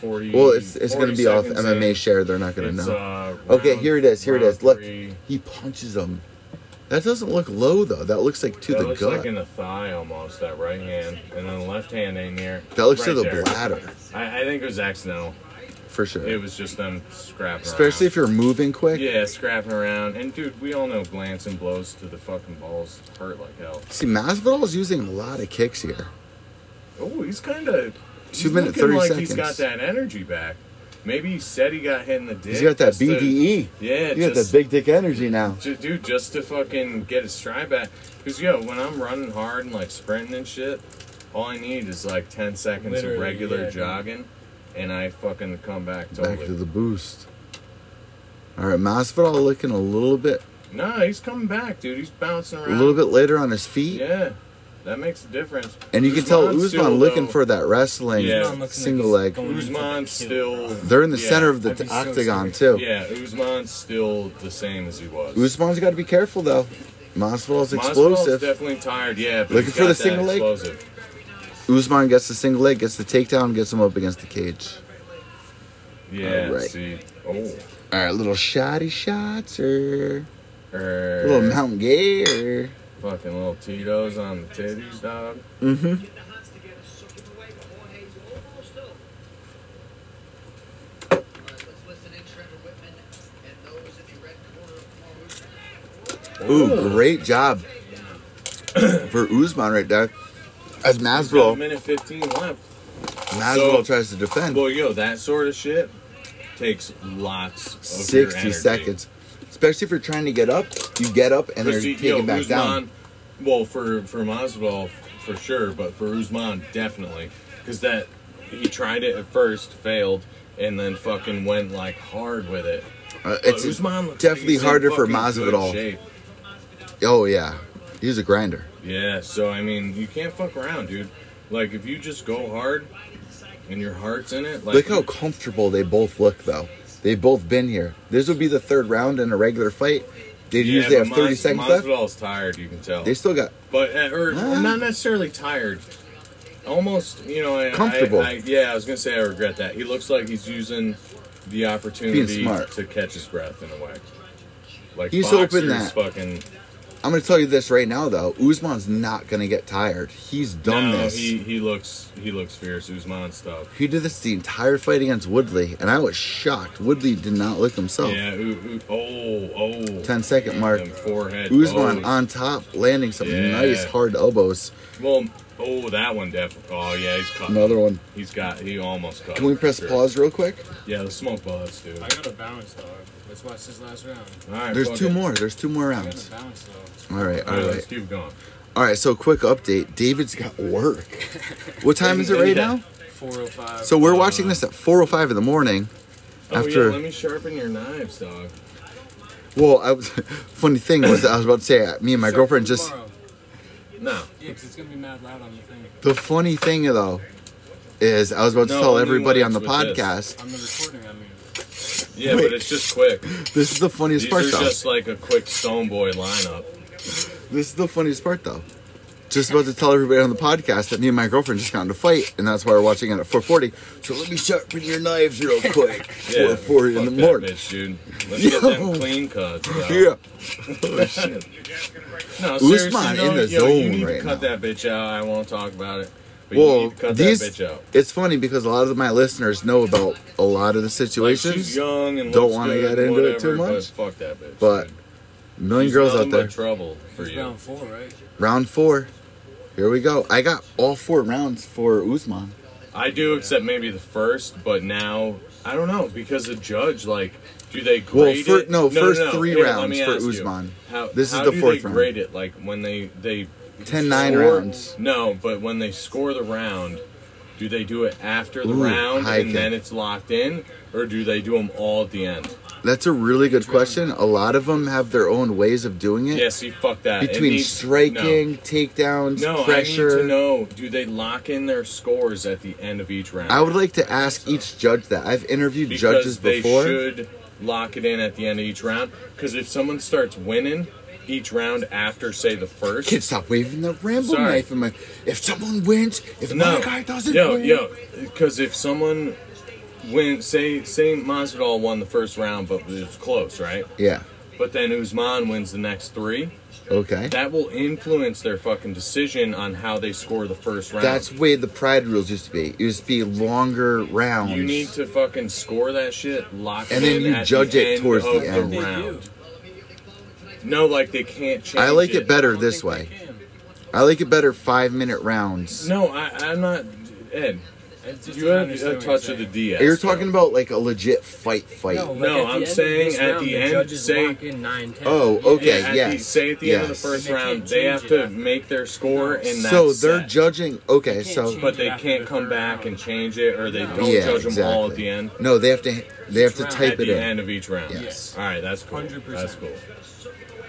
40. Well, it's it's gonna be off MMA shit. share. They're not gonna know. round, okay, here it is. Here it uh, round is. Look, three. he punches him. That doesn't look low though. That looks like to That the looks gut. like in the thigh almost, that right hand. And then the left hand in there. that looks to right the there. bladder I, I think it was accidental. for sure. It was just them scrapping Especially around. if you're moving quick. Yeah, scrapping around. And dude, we all know glance and blows to the fucking balls hurt like hell. See, Masvidal's using a lot of kicks here. Oh, he's kind of. Two minute, 30 like seconds. He's got that energy back. Maybe he said he got hit in the dick. He's got that just to- BDE. yeah, You got that just- big dick energy now. ju- dude, just to fucking get his stride back. Because, yo, when I'm running hard and like sprinting and shit, all I need is like 10 seconds Literally, of regular yeah, dude. jogging, and I fucking come back totally. Back to the boost. All right, Masvidal looking a little bit, No, he's coming back, dude. He's bouncing a around. little bit later on his feet, Yeah, that makes a difference. and you can tell Usman's Usman still, looking though- for that wrestling Yeah. Usman looking like single he's leg. going- Usman's still. They're in the yeah. center of the I'd be so octagon scared. too. Yeah, Usman's still the same as he was. Usman's got to be careful though. Masvidal's Masvidal's explosive. definitely tired. Yeah, but Looking he's for the got that single leg? Explosive. Usman gets the single leg, gets the takedown, gets him up against the cage. Yeah. Alright. See. Oh. All right, little shoddy shots or er, little mountain gator. Fucking little Tito's on the titties, dog. Mm-hmm. Ooh, great job for Usman right there. As Got a Masvidal, minute 15 left. So- Masvidal tries to defend. Well, yo, that sort of shit takes lots of 60 seconds. Especially if you're trying to get up, you get up and they're taking back down. Well, for for Masvidal for sure, but for Usman definitely because that he tried it at first, failed, and then fucking went like hard with it. Uh, But it's Usman looks like definitely he's in harder for fucking good Masvidal. shape. Oh yeah, he's a grinder. Yeah, so I mean, you can't fuck around, dude. Like if you just go hard and your heart's in it, like Look how comfortable they both look though. They've both been here. This would be the third round in a regular fight. They Yeah, usually but have 30 Mas- seconds left. Masvidal's tired, you can tell. They still got but uh, or Nah. not necessarily tired. Almost, you know, I, Comfortable. I, I, yeah, I was gonna say I regret that. He looks like he's using the opportunity Being smart. to catch his breath in a way. Like He's boxers hoping that- fucking. I'm going to tell you this right now though. Usman's not going to get tired. He's done no, this. he He, he looks he looks fierce. Usman stuff. did this the entire fight against Woodley and I was shocked. Woodley did not look himself. Yeah. Ooh, ooh, oh oh. 10 second mark. Them forehead. oh. Usman blows. on top, landing some Yeah. nice hard elbows. Well, oh, that one definitely. Oh yeah, he's cut. Another one. He's got. He almost cut. Can we for press sure. pause real quick? Yeah, the smoke bullets, dude. I All got a bounce, dog. Let's watch this last round. right. There's fuck two it. more. There's two more I got rounds. a bounce, though. All right, All all right, let's right, keep going. all right. So quick update. David's got work. What time is it right Yeah. now? 405. So we're watching this at 4:05 in the morning. Oh After- yeah, let me sharpen your knives, dog. Well, I was, funny thing was I was about to say uh, me and my Start girlfriend just. tomorrow. No. Yeah, 'cause it's going to be mad loud on the thing. The funny thing though is I was about to No, tell only everybody on ones the with this. podcast. On the recording, I mean. Yeah, Wait. but it's just quick. This. is the funniest These part are though. just like a quick Stone Boy lineup. This is the funniest part though. Just about to tell everybody on the podcast that me and my girlfriend just got into a fight, and that's why we're watching it at 4:40. So let me sharpen your knives real quick. 4:40 Yeah, in fuck the that morning. bitch, dude. Let's get them Yo. clean cuts. dog. Yeah. Oh, shit. No, Usman seriously, though, in the yo, you zone need right to cut now. that bitch out. I won't talk about it. But you Well, need to cut these. that bitch out. It's funny because a lot of my listeners know about a lot of the Like, situations. she's young and Don't looks wanna good, get into it too whatever, much. But fuck that bitch. But dude. Million She's girls nothing out there. but trouble for It's you. round four, right? Round four. Here we go. I got all four rounds for Usman. I do, except maybe the first. But now I don't know because the judge like. Do they Well, grade fir- it? no, first three Here, let rounds me for ask you. Usman. How, This is how the do fourth they round. grade it? Like when they they 10 9 score- rounds. No, but when they score the round, do they do it after the Ooh, round high and kick. then it's locked in, or do they do them all at the end? That's a really good question. A lot of them have their own ways of doing it. Yeah, see, fuck that. It Eh, Between needs- no. striking, takedowns, No, pressure. I need to know. Do they lock in their scores at the end of each round? I would like to ask each judge that. I've interviewed uh, because judges they before. should lock it in at the end of each round. Because if someone starts winning each round after, say, the first, Kid, stop waving the ramble Sorry. knife in my. If someone wins, if no, my guy doesn't yo, win, yo, because if someone win, say, say Masvidal won the first round, but it was close, right? yeah, But then Usman wins the next three. okay. That will influence their fucking decision on how they score the first round. That's the way the pride rules used to be. It used to be longer rounds. You need to fucking score that shit, lock And it then in you at judge the it end towards of the the, end. They do. round. No, like they can't change. I like it I better don't this think way. they can. I like it better five minute rounds. No, I, I'm not. Ed, It's just you an have a understanding touch of the thing. DS. You're though. talking about like a legit fight fight. like, No, at the I'm end of saying this at round, the end, judges say- lock in nine, 10. Oh, okay, Yeah, at the, yes, say at the end of the yes. first And they round, can't they change have it to after. make their score in that. So they're set, judging. Okay, can't so but they After can't the come third back round. and change it, or they don't yeah, judge exactly. them all at the end. No, they have to. They have to At type at it the in. end of each round. Yes. All right, that's cool. 100%. That's cool.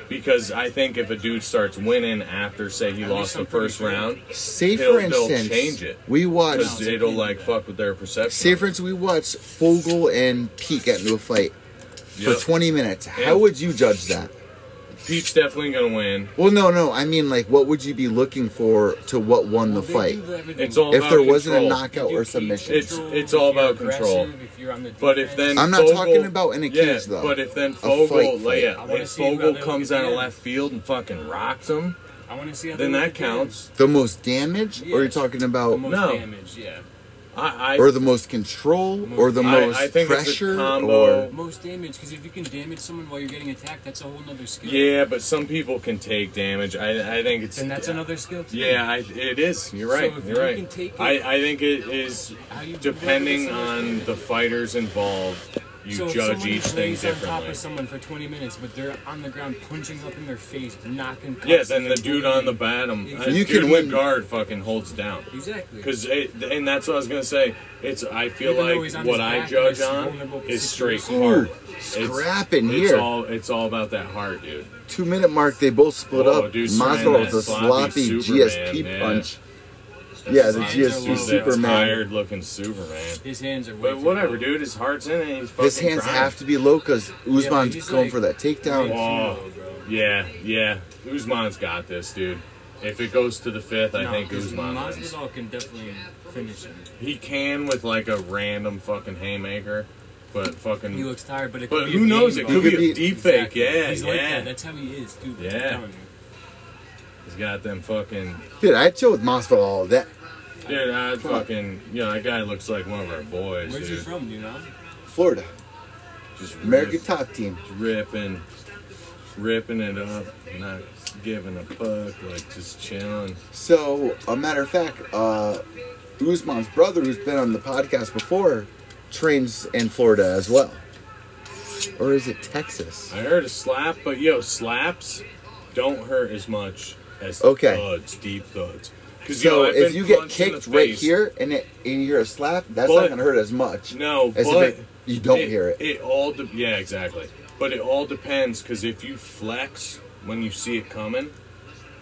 Because I think if a dude starts winning after, say, he lost least the I'm pretty first sure. round, Say They'll- for they'll instance, change it. we because watched. No. it'll like fuck with their perception. Say for instance, we watched Fogel and Pete get into a fight Yep. for 20 minutes. Yeah. How would you judge that? Pete's definitely gonna win. Well, no, no. I mean, like, what would you be looking for to what won the They do fight? everything. It's all If about there wasn't a control. They knockout do or key submission, It's- control, it's all if you're about control. aggressive, if you're on the But if defense, then I'm not Fogel- talking about in a yeah, cage, though. But if then fight, Fogel, like, fight. yeah, I wanna if see him Fogel rather comes than out of him. left field and fucking rocks him, I want to see how Then they look that again. counts. The most damage, or you're Yes. talking The about, most No. damage, yeah. I, I or the most control, or the I- I most think it's a pressure, combo. or Most damage, because if you can damage someone while you're getting attacked, that's a whole nother skill. yeah, but some people can take damage. I I think it's Then that's another skill. Too. Yeah, I, it is. You're right. So if you're you right. can take it- I, I think it is How you- depending what is the on most the fighters involved. You so if judge someone each thing lays on top differently. of someone for 20 minutes, but they're on the ground punching up in their face, knocking. Yes, cuts, and the dude on the bottom, You uh, can dude in win. the guard fucking holds down. Exactly. Because and that's what I was gonna say. It's I feel Even though he's like on what his I back judge in a on vulnerable is straight Ooh, heart. It's- scrapping It's here. all it's all about that heart, dude. Two minute mark, they both split Oh, up. dude, Maslow Superman, with that a sloppy sloppy GSP Superman, punch. Yeah, the Superman. GSP Dude, He's that Superman. tired looking Superman. His hands are way But too whatever, long. dude. His heart's in it. He's fucking His hands grinding. have to be low because Usman's he's going like- for that takedown. He's- Oh, Funeral, bro. yeah, yeah. Usman's got this, dude. If it goes to the fifth, I No, think 'cause Usman wins. Masvidal can definitely finish him. He can with like a random fucking haymaker, but fucking. He looks tired, but it could but be who a knows? It game bug. could be a He could be- deep fake. Exactly. Yeah, He's yeah. like that. That's how he is, dude. I'm Yeah. telling you. He's got them fucking. Dude, I chill with Masvidal all that. Dude, I fucking. You know, that guy looks like one of our boys, Where's he dude. from? Do you know? Florida, Just American rip- top team. ripping, ripping it up, not giving a fuck, like just chilling. So, a matter of fact, uh, Usman's brother, who's been on the podcast before, trains in Florida as well. Or is it Texas? I heard a slap, but yo, slaps don't hurt as much as Okay. thuds, deep thuds. Because So, if you get kicked kicked right here and, it, and you hear a slap, that's But- not going to hurt as much no, as but if it, you don't hear it. It all de- yeah, exactly. But it all depends because if you flex when you see it coming,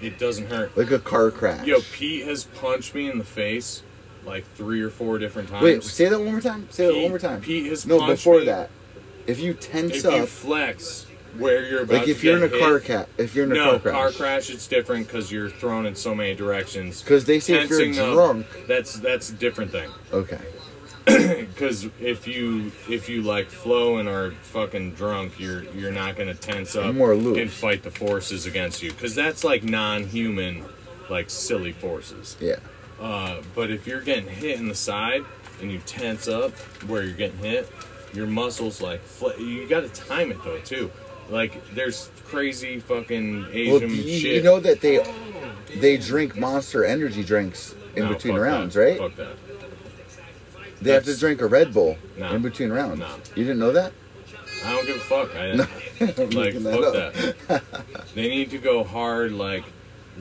it doesn't hurt. Like a car crash. Yo, Pete has punched me in the face like three or four different times. Wait, say that one more time. Say that Pete- one more time. Pete has no, punched before me. that, if you tense if up, you flex where you're about like to if you're in a get hit- car cat, if you're in a no, car crash, it's different because you're thrown in so many directions. 'Cause they say if you're Tensing up, drunk- that's that's a different thing. okay, Because if you if you like flow and are fucking drunk, you're you're not gonna tense up More loose. and fight the forces against you. Because that's like non-human, like silly forces. yeah, Uh, but if you're getting hit in the side and you tense up where you're getting hit, your muscles like fl- you got to time it though too. Like there's crazy fucking Asian well, do you, shit. you know that they Oh, damn. they drink Monster Energy drinks in No, between fuck rounds, that. right? Fuck that. they have to that's- drink a Red Bull Nah. in between rounds. Nah. You didn't know that? I don't give a fuck. I, I'm like making that fuck up. that. they need to go hard, like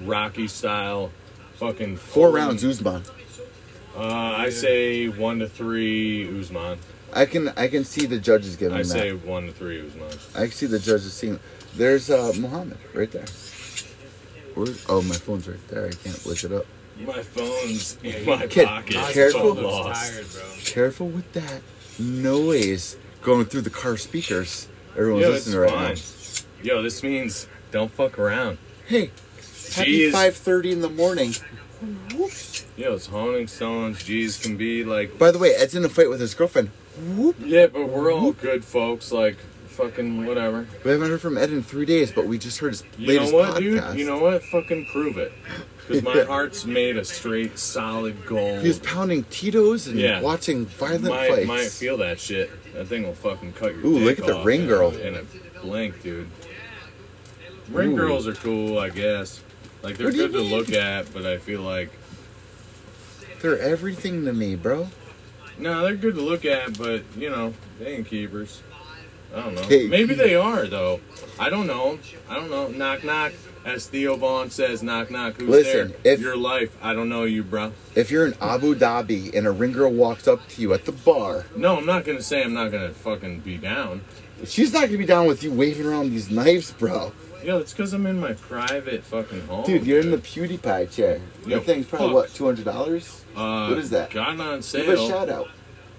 Rocky style, fucking Four full- rounds, Uzman. Uh, I say one to three Usman. I can I can see the judges giving I them say that. one to three Usman. I can see the judges seeing. There's uh, Muhammad right there. Where, oh, my phone's right there. I can't look it up. My phone's in my Kid, pocket. Masvidal Careful. Masvidal careful. looks Lost. tired, bro. Careful with that noise going through the car speakers. Everyone's Yo, it's listening right fine. now. Yo, this means don't fuck around. Hey, Jeez. happy five thirty in the morning. Yo, it's honing stones. G's can be like. By the way, Ed's in a fight with his girlfriend. Whoop. Yeah, but we're all good folks. Like, fucking whatever. We haven't heard from Ed in three days, but we just heard his You latest know what, podcast. dude? You know what? Fucking prove it. Because my Yeah. heart's made a straight, solid gold. he was pounding Tito's and Yeah. watching violent my, fights. my feel that shit. That thing will fucking cut your. Ooh, dick look at the off ring in a- girl. In a blink, dude. Ring Ooh. girls are cool, I guess. Like they're What do you good to mean? look at, but I feel like They're everything to me, bro. No, they're good to look at, but you know, they ain't keepers. I don't know. Hey, Maybe they are though. I don't know. I don't know. Knock knock. As Theo Vaughn says, knock knock. Who's Listen, there? if- Your life. I don't know you, bro. If you're in Abu Dhabi and a ring girl walks up to you at the bar, No, I'm not gonna say I'm not gonna fucking be down. she's not gonna be down with you waving around these knives, bro. Yo, it's because I'm in my private fucking home. Dude, you're in the PewDiePie chair. Yo, that thing's probably fuck. what two hundred dollars. Uh, what is that? Got it on Give a sale. shout out.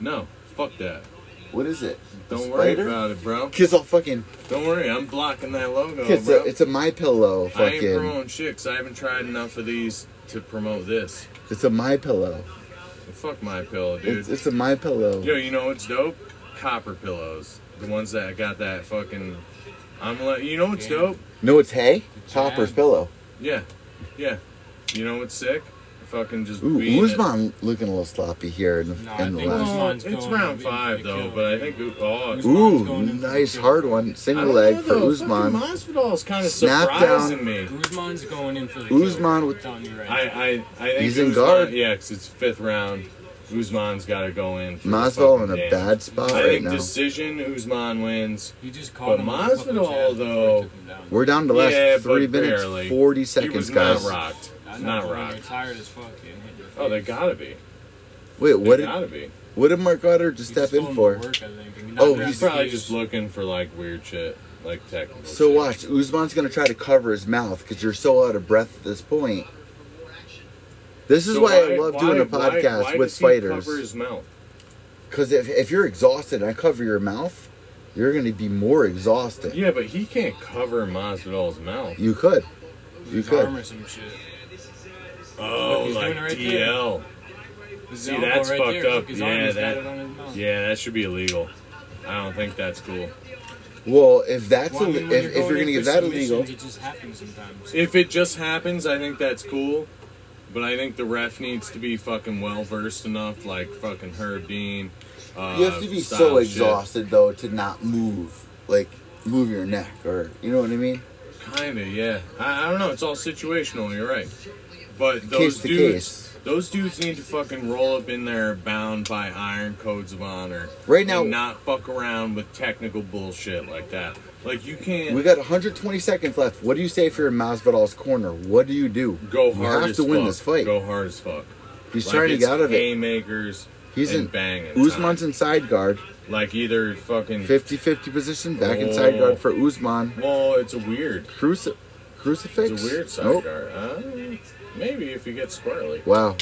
No, fuck that. What is it? A Don't worry spider? about it, bro. Kids all fucking. Don't worry. I'm blocking that logo, Kids, bro. a, uh, it's a my pillow. I ain't Fucking. promoting shit 'cause I haven't tried enough of these to promote this. It's a my pillow. Fuck my pillow, dude. It's, it's a my pillow. Yo, you know what's dope? Copper pillows. The ones that got that fucking. I'm like, you know what's Damn. dope? No, it's hay. Copper's jab. pillow. Yeah, Yeah. You know what's sick? Fucking just Ooh, being it. Uzman looking a little sloppy here in the, No, I in the think last. Well, Usman's it's going in round for the five though, kill. but I think oh, Usman's Ooh, going in for the nice kill. hard one, I single don't leg know, for though. Uzman. Fucking Masvidal's kind of Snap surprising down. me. Guzman's going in for the Guzman kill. with- I'm telling you right I, now. I, I think He's in Usman- guard. Yeah, 'cause it's fifth round. Usman's got to go in. for the Masvidal in fucking a damage. bad spot I right think now. decision. Usman wins. He just But caught him. with a couple Masvidal, jabs before he though, took him down. We're down to the last yeah, three but minutes, barely. forty he was seconds, guys. Not rocked. I know Not when rocked. You're tired as fuck. Getting hit in the Oh, they face. gotta be. Wait, They what did gotta be. what did Mark Goddard just He step just told in him for? to work, I think, and Oh, not He's he's- grab probably his- just looking for like weird shit, like technical. So shit. watch, Uzman's gonna try to cover his mouth because you're so out of breath at this point. This is So why, I love doing a why- why- podcast why with does he fighters. Cover his mouth. Because if, if you're exhausted and I cover your mouth, you're going to be more exhausted. Yeah, but he can't cover Masvidal's mouth. You could. You his arm could. or some shit. Oh, he's like doing it right there. DL. His See, elbow that's right fucked there. up. Look, his Yeah, arm, he's got that- it on his mouth. Yeah, that should be illegal. I don't think that's cool. Well, if that's Well, I ill- mean, when if, if you're going in to get for that submissions, illegal, It just happens sometimes. If it just happens, I think that's cool. But I think the ref needs to be fucking well versed enough, like fucking Herb Dean. Uh, you have to be style so shit. exhausted though to not move, like move your neck or you know what I mean. Kinda, yeah. I, I don't know. It's all situational. You're right. But those Case to dudes, case. those dudes need to fucking roll up in there, bound by iron codes of honor. Right now- and not fuck around with technical bullshit like that. Like you can't. We got 120 seconds left. What do you say if you're in Masvidal's corner? What do you do? go You hard. have as to win fuck. this fight. Go hard as fuck. He's Like, trying to it's get out of it. Haymakers. He's and in banging Usman's time. in side guard, like either fucking. 50-50 position, back in Oh. side guard for Usman. Well, it's a weird. Cruci- crucifix. It's a weird side Nope. guard. Uh, maybe if you get squirrely. Wow.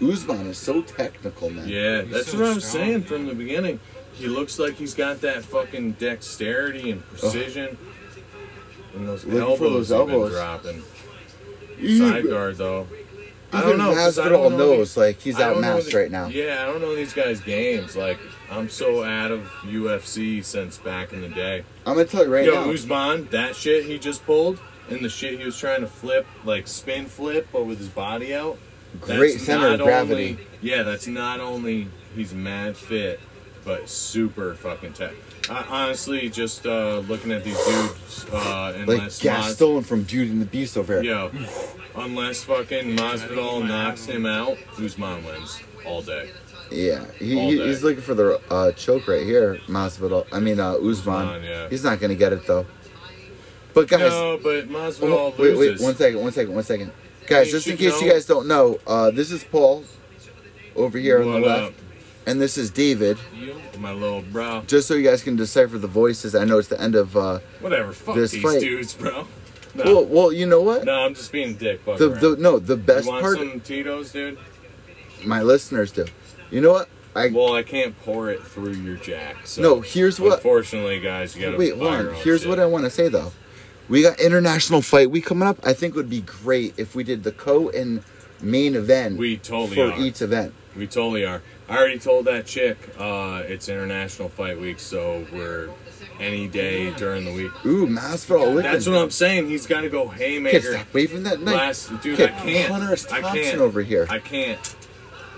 Usman is so technical, man. Yeah, He's that's so what I'm strong, saying man. from the beginning. He looks like he's got that fucking dexterity and precision. And those Looking for elbows, those have been elbows. dropping. Even, Side guard though. I even don't know. 'cause I Masvidal don't know knows, the- like, he's I don't know outmatched the- right now. Yeah, I don't know these guys' games. Like, I'm so out of UFC since back in the day. I'm going to tell you right Yo, now. Usman, that shit he just pulled and the shit he was trying to flip, like spin flip, but with his body out. Great center of not gravity. Only, yeah, that's not only he's mad fit, but super fucking tech. I, honestly, just uh, looking at these dudes, uh, like, unless gas Mas- stolen from Dude and the Beast over here. yo, unless fucking Masvidal knocks him out, Usman wins all day. Yeah. He, All he- day. he's looking for the uh, choke right here, Masvidal. I mean, uh, Usman. Usman, yeah. He's not going to get it, though. But, guys. No, but Masvidal oh, wait, loses. wait. One second. One second. One second. Guys, You just in should case know- you guys don't know, uh, this is Paul over here on What the up, left, and this is David. You- my little bro? Just so you guys can decipher the voices, I know it's the end of. Uh, Whatever. Fuck This these fight. dudes, bro. No. Well, well, you know what? No, I'm just being a dick. Fuck the, around. the no, the best you want part some Tito's, dude? my listeners do. You know what? I Well, I can't pour it through your jack. So no. Here's what. Unfortunately, guys, you gotta Wait, hold buy your on. own Here's shit. what I want to say though. We got international fight week coming up. I think it would be great if we did the co and main event We totally for are. each event. We totally are. I already told that chick. Uh, it's International Fight Week, so we're any day during the week. Ooh, Masvidal looking. That's what I'm saying. He's got to go Kid, haymaker. stop waving that knife. Last, dude, Kid, I can't. Hunter S. I Thompson can't. over here. I can't.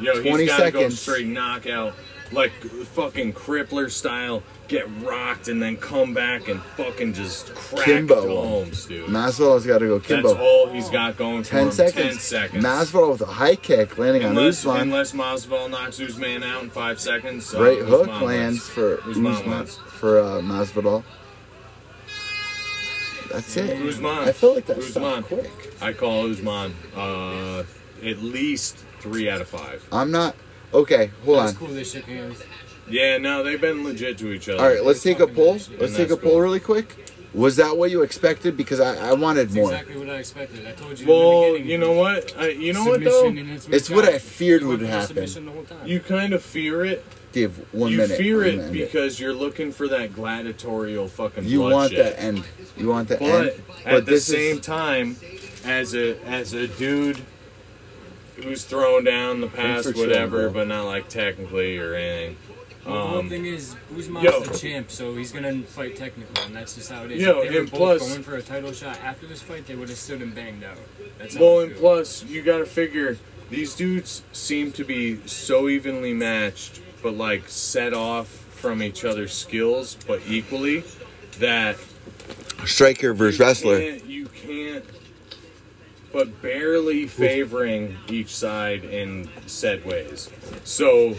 Yo, 20 he's got to go seconds. straight knockout, like fucking crippler style. Get rocked and then come back and fucking just crack Kimbo. domes, dude. Masvidal's got to go Kimbo. That's all he's got going for Ten him. seconds. Ten seconds. Masvidal with a high kick landing unless, on Usman. unless Masvidal knocks Usman out in five seconds. So Right hook Usman lands wins. for Usman Usman, wins. for uh, Masvidal. That's it. Usman. I feel like that Usman. stopped quick. I call Usman uh, at least three out of five. I'm not. Okay, hold That's on. cool. They shook hands. Yeah, no, they've been legit to each other. All right, let's take a poll. And Let's take a that's poll cool. really quick. Was that what you expected? Because I, I wanted That's more. exactly what I expected. I told you. in the Well, beginning, you know what? I, you know what submission though? and it's, It's what I feared You went would for the happen. submission the whole time. You kind of fear it. Dave, one you minute. fear we're it gonna end because you're looking for that gladiatorial fucking. you blood want shit. that end. You want that But end. at the this same is, time, as a as a dude who's thrown down the past, for whatever, chilling, bro. but not like technically or anything. Well, the whole Um, thing is, Uzman's yo. the champ, so he's gonna fight technical, and that's just how it is. Yo, if they were and both plus- going for a title shot after this fight, they would have stood and banged out. That's Well, how I and feel. plus, you got to figure these dudes seem to be so evenly matched, but like set off from each other's skills, but equally. That Striker versus you wrestler. can't- you can't, but barely favoring each side in said ways. So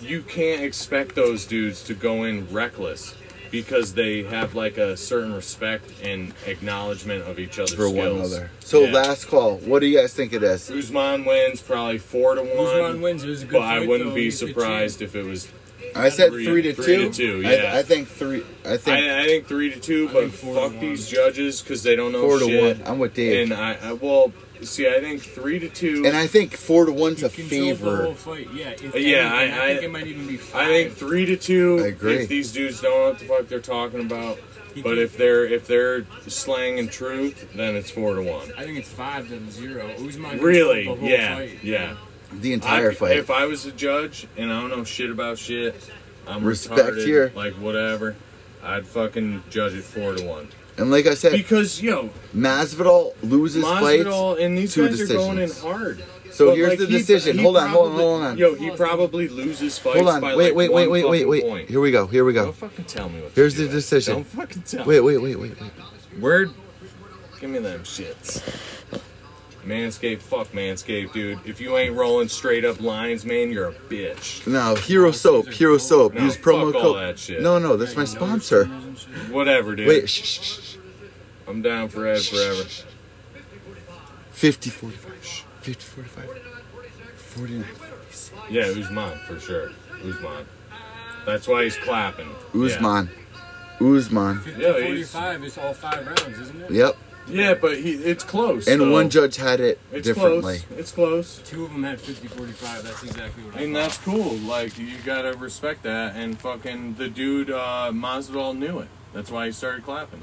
you can't expect those dudes to go in reckless because they have like a certain respect and acknowledgement of each other's For one skills. another. So Yeah. last call. What do you guys think of this? Usman wins probably four to one. Usman wins. It was a good but fight, I wouldn't though. be He's the champ. surprised if it was. I said Three- three to three two. to two, I- yeah. I, think three. I think I, I think three to two, I but think four to fuck one. these judges because they don't know four to shit. one. I'm with Dave. And I, I well, see, I think three to two. And, I think four to one's He a controlled The whole favor. fight. Yeah, if anything, Yeah, I- I, think I- it might even be. I Five. think three to two. I agree. If these dudes don't know what the fuck they're talking about, He but did- if they're if they're slang and truth, then it's four to one. I think it's five to zero. Usman controlled Really? The whole Yeah. Fight. Yeah. The entire I- fight. If I was a judge and I don't know shit about shit, I'm Respect retarded, here. Like whatever, I'd fucking judge it four to one. And like I said, Because yo, Masvidal loses fights. Masvidal and these two guys are going in decisions. hard. So But, here's the decision. Hold on, hold on, probably- hold on. Yo, he probably loses fights. Hold on. by Wait, like wait, wait, wait, one wait, fucking wait. point. Here we go. Here we go. Don't fucking tell me what. to Here's the do. decision. Don't fucking tell. Wait, wait, wait, wait, wait. me. Word. Give me them shits. Manscaped, fuck Manscaped, dude. If you ain't rolling straight up lines, man, you're a bitch. No, Hero Soap, Hero Soap. No, Use promo fuck all code. that shit. No, no, that's my sponsor. Whatever, dude. Wait, shh, shh, shh, shh. I'm down for Ed forever. 50, 45, shh. 50, 45, 49. Yeah, Uzman for sure. Uzman. That's why he's clapping. Uzman. Uzman. 50, Yeah, he's- 45 is all five rounds, isn't it? Yep. Yeah, yeah but he, it's close. And so one judge had it It's differently. close. It's close. Two of them had 50 45. That's exactly what I And thought. that's cool. Like you gotta respect that. And fucking the dude uh, Masvidal knew it. That's why he started clapping.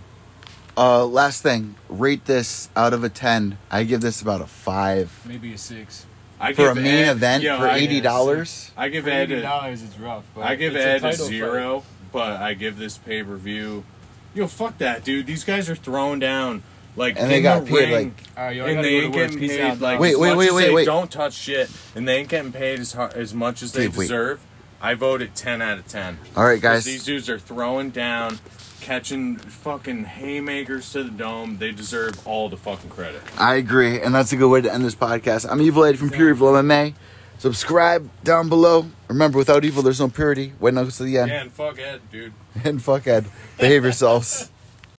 Uh, last thing, rate this out of a 10. I give this about a 5. Maybe a six. I For a give main Ed- event yo, for I- $80? I give For Ed. eighty A, dollars, it's rough. But I give it's Ed a title fight. zero, but I give this pay per view. Yo, fuck that, dude. These guys are thrown down. Like And they in got the paid, ring, like- All right, yo, I and gotta they go to ain't work. getting Peace paid out, like dog. Wait, as wait, much wait, as wait, they wait. don't touch shit and they ain't getting paid as hard, as much as they Dude, wait. deserve i voted 10 out of 10 All right, 'Cause guys. these dudes are throwing down catching fucking haymakers to the dome they deserve all the fucking credit I agree, and that's a good way to end this podcast. I'm Evil Ed from Pure Evil MMA. Subscribe down below. Remember, without evil, there's no purity. Wait, no, to the end. yeah and fuck ed dude And fuck Ed. Behave yourselves.